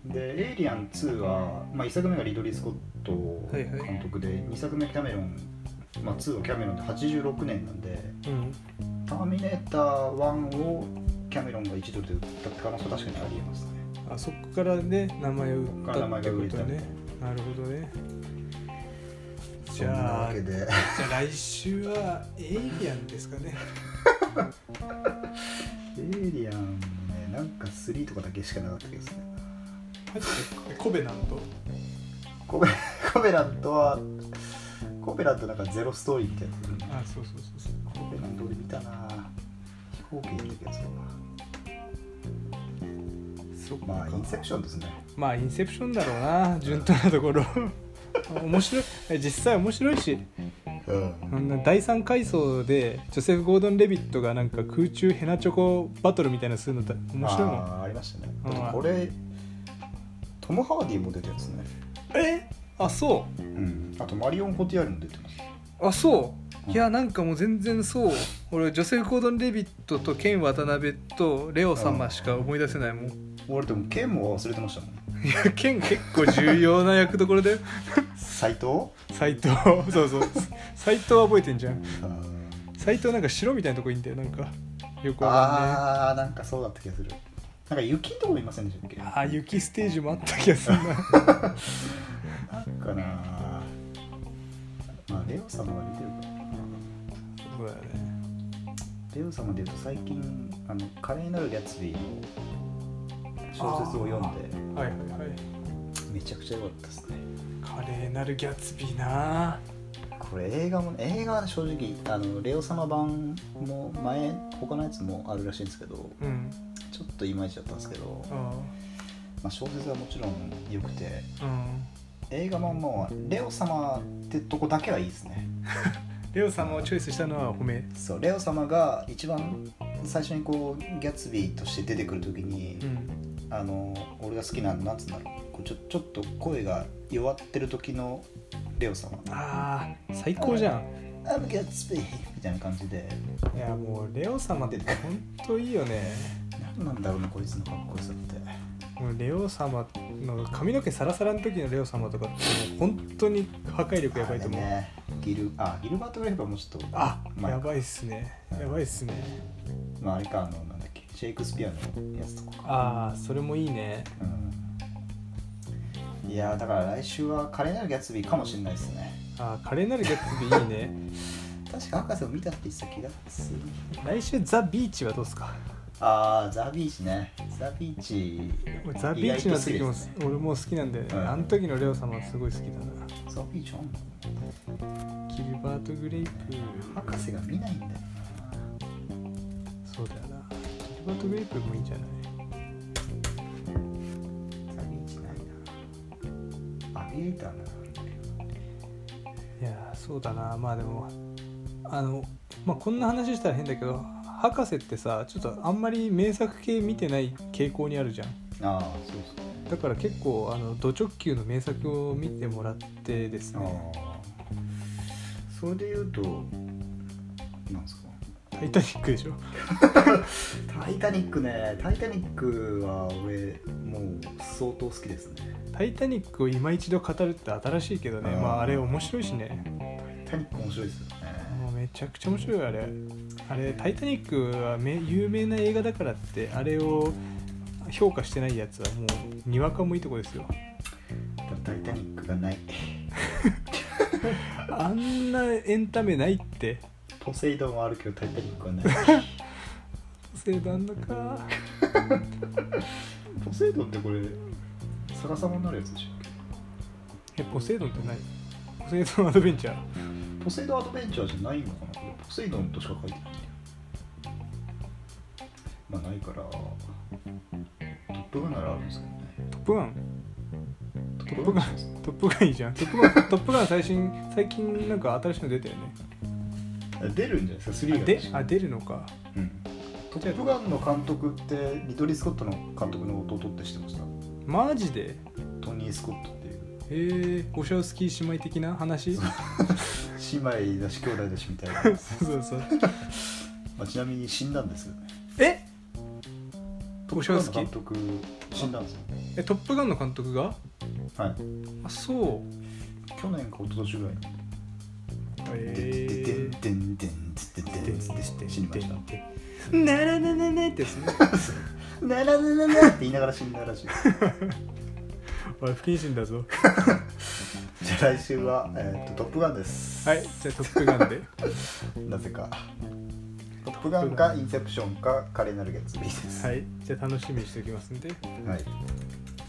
[SPEAKER 1] で「エイリアン2は」まあ、1作目がリドリー・スコット
[SPEAKER 2] いはい
[SPEAKER 1] 監督で、2作目キャメロン、まあ、2はキャメロンで86年なんで
[SPEAKER 2] う
[SPEAKER 1] 「
[SPEAKER 2] ん
[SPEAKER 1] ターミネーター1」をキャメロンが一度で売った可能性は確かにありえますね
[SPEAKER 2] あそこからね名前を売っ
[SPEAKER 1] そ
[SPEAKER 2] た
[SPEAKER 1] っから
[SPEAKER 2] っ
[SPEAKER 1] 名前が
[SPEAKER 2] て
[SPEAKER 1] 売
[SPEAKER 2] こ
[SPEAKER 1] れ
[SPEAKER 2] と
[SPEAKER 1] た
[SPEAKER 2] ねなるほどねじゃあ
[SPEAKER 1] そんなわけで
[SPEAKER 2] じゃあ来週はエイリアンですかね
[SPEAKER 1] エイリアンねなんか3とかだけしかなかったですね
[SPEAKER 2] マジでコベナント
[SPEAKER 1] コベコベラントはコベラントなんかゼロストーリーみたいな
[SPEAKER 2] あそうそうそうそう
[SPEAKER 1] コベラント俺見たな飛行機に行ったけど
[SPEAKER 2] そっか
[SPEAKER 1] まあインセプションですね
[SPEAKER 2] まあインセプションだろうな順当なところ面白い実際面白いし
[SPEAKER 1] うん
[SPEAKER 2] あんな第3階層でジョセフ・ゴードン・レビットがなんか空中ヘナチョコバトルみたいなのするのだ面白いもん
[SPEAKER 1] あーありましたね
[SPEAKER 2] うん
[SPEAKER 1] でもこれトム・ハーディも出てるんですね
[SPEAKER 2] えあそ
[SPEAKER 1] うんあとマリオン・コティアールも出てます
[SPEAKER 2] うあそういやなんかもう全然そう俺ジョセフ・ゴードン・レビットとケン・渡辺とレオ様しか思い出せないもん
[SPEAKER 1] 俺でも剣も忘れてましたもん
[SPEAKER 2] いやケン結構重要な役どころだよ
[SPEAKER 1] 斎藤
[SPEAKER 2] 斎藤そうそう斎藤は覚えてんじゃん斎藤なんか城みたいなとこいんだよなんかよくわ
[SPEAKER 1] あーなんかそうだった気がするなんか雪ともいませんでしたっけ
[SPEAKER 2] かん
[SPEAKER 1] な
[SPEAKER 2] ねえあー雪ステージもあった気がするな
[SPEAKER 1] んかなまあレオ様が出てるからな
[SPEAKER 2] そうだよね
[SPEAKER 1] レオ様でいうと最近あの「華麗なるギャツビー」の小説を読んで
[SPEAKER 2] はいはいはい
[SPEAKER 1] めちゃくちゃ良かったですね
[SPEAKER 2] 華麗なるギャツビーな
[SPEAKER 1] これ映画も映画はね正直あのレオ様版も前他のやつもあるらしいんですけど
[SPEAKER 2] うん
[SPEAKER 1] ちょっといまいちだったんですけど、ま
[SPEAKER 2] あ
[SPEAKER 1] あ、小説はもちろん良くて
[SPEAKER 2] あうん
[SPEAKER 1] 映画ももうレオ様ってとこだけはいいですね
[SPEAKER 2] レオ様をチョイスしたのは褒め
[SPEAKER 1] そうレオ様が一番最初にこうギャツビーとして出てくる時に、
[SPEAKER 2] うん
[SPEAKER 1] あの俺が好きななんつうんだろうこうちょちょっと声が弱ってる時のレオ様「
[SPEAKER 2] ああ最高じゃん
[SPEAKER 1] I'm g a t s b y みたいな感じで
[SPEAKER 2] いやもうレオ様って本当いいよね
[SPEAKER 1] 何なんだろうなこいつのかっこよさって
[SPEAKER 2] もうレオ様の髪の毛サラサラの時のレオ様とかってもう本当に破壊力やばいと思う
[SPEAKER 1] あれねギルあギルバート・グレイブはもうちょっと
[SPEAKER 2] あ
[SPEAKER 1] まあ
[SPEAKER 2] やばいっすねやばいっすね
[SPEAKER 1] まあ、あれかあのなんだっけシェイクスピアのやつとかか
[SPEAKER 2] ああそれもいいね
[SPEAKER 1] うんいやーだから来週は「華麗なるギャツビー」かもしれないですね
[SPEAKER 2] あー華麗なるギャッツビーいいね
[SPEAKER 1] 確か博士を見たって言ってた気がする
[SPEAKER 2] 来週ザ・ビーチはどうですか
[SPEAKER 1] ああザ・ビーチねザ・ビーチ
[SPEAKER 2] 俺ザ・ビーチの時も、
[SPEAKER 1] 意外と好きですね
[SPEAKER 2] 俺もう好きなんで、
[SPEAKER 1] ん
[SPEAKER 2] あの時のレオ様はすごい好きだ
[SPEAKER 1] ザ・ビーチあんの
[SPEAKER 2] なキルバート・グレイプ
[SPEAKER 1] 博士が見ないんだよ
[SPEAKER 2] そうだよなキルバート・グレイプもいいんじゃない
[SPEAKER 1] なザ・ビーチないなアビエーターならある
[SPEAKER 2] いやーそうだなまあでもあの、まあ、こんな話したら変だけど博士ってさちょっとあんまり名作系見てない傾向にあるじゃん
[SPEAKER 1] ああそうそう
[SPEAKER 2] だから結構あのド直球の名作を見てもらってです
[SPEAKER 1] あ
[SPEAKER 2] ね
[SPEAKER 1] あそれで言うとなんですか
[SPEAKER 2] 「タイタニック」でしょ
[SPEAKER 1] 「タイタニック」ね「タイタニック」は俺もう相当好きですね
[SPEAKER 2] 「タイタニック」を今一度語るって新しいけどね
[SPEAKER 1] うん
[SPEAKER 2] まああれ面白いしね
[SPEAKER 1] 「タイタニック」面白いですよね
[SPEAKER 2] もうめちゃくちゃ面白いよあれあれ「タイタニック」はめ有名な映画だからってあれを評価してないやつはもうにわかもいいとこですよ
[SPEAKER 1] ただ「タイタニック」がない
[SPEAKER 2] あんなエンタメないって
[SPEAKER 1] 「ポセイドン」はあるけど「タイタニック」はない
[SPEAKER 2] せいなんだか
[SPEAKER 1] ポセイドンってこれ逆さまになるやつでしょ
[SPEAKER 2] えポセイドンって何ポセイドンアドベンチャー
[SPEAKER 1] ポセイドンアドベンチャーじゃないのかなこれポセイドンとしか書いてないんだよまあないからトップガンならあるんですけどね
[SPEAKER 2] トップガン
[SPEAKER 1] ト
[SPEAKER 2] ップガン
[SPEAKER 1] にします
[SPEAKER 2] トップガンいいじゃんトップ ガントップガン最新最近なんか新しいの出たよね
[SPEAKER 1] 出るんじゃないですか
[SPEAKER 2] あ
[SPEAKER 1] 3が
[SPEAKER 2] であ出るのか
[SPEAKER 1] うんトップガンの監督ってリドリー・スコットの監督の弟って知ってました
[SPEAKER 2] マジで
[SPEAKER 1] トニー・スコットっていう
[SPEAKER 2] えー、オシャウスキー姉妹的な話そ
[SPEAKER 1] 姉妹だし兄弟だしみたいな、
[SPEAKER 2] うそうそう
[SPEAKER 1] まあ、ちなみに死んだんですけどね
[SPEAKER 2] え
[SPEAKER 1] トップガンの監督死んだんですよ
[SPEAKER 2] えトップガンの監督が
[SPEAKER 1] はい
[SPEAKER 2] あそう
[SPEAKER 1] 去年か一昨年ぐらいに
[SPEAKER 2] え
[SPEAKER 1] でんでんでんでんでんでんでんでん死にました
[SPEAKER 2] ー、ならなななってです ね
[SPEAKER 1] ならならならって言いながら死んだらしいです
[SPEAKER 2] おい不謹慎だぞ
[SPEAKER 1] じゃあ来週は、えーと「トップガン」です
[SPEAKER 2] はいじゃあトップガンで
[SPEAKER 1] なぜか「トップガン」か「インセプション」か「華麗なる月」です
[SPEAKER 2] はいじゃあ楽しみにしておきますんで
[SPEAKER 1] はい。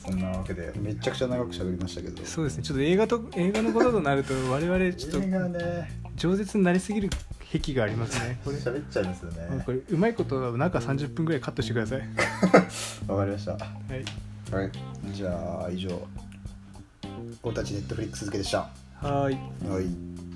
[SPEAKER 1] そんなわけで、めちゃくちゃ長く喋りましたけど。
[SPEAKER 2] そうですねちょっと映画と映画のこととなると我々ちょっ
[SPEAKER 1] 映
[SPEAKER 2] と
[SPEAKER 1] 画ね、
[SPEAKER 2] 饒舌になりすぎる癖がありますね これ
[SPEAKER 1] 喋っちゃいますよ
[SPEAKER 2] うん
[SPEAKER 1] ね
[SPEAKER 2] こ。れうまいこと中30分ぐらいカットしてくださいは
[SPEAKER 1] わかりました。
[SPEAKER 2] い
[SPEAKER 1] はい。じゃあ、以上。おたちネットフリックス付けでした。
[SPEAKER 2] はーい
[SPEAKER 1] はい。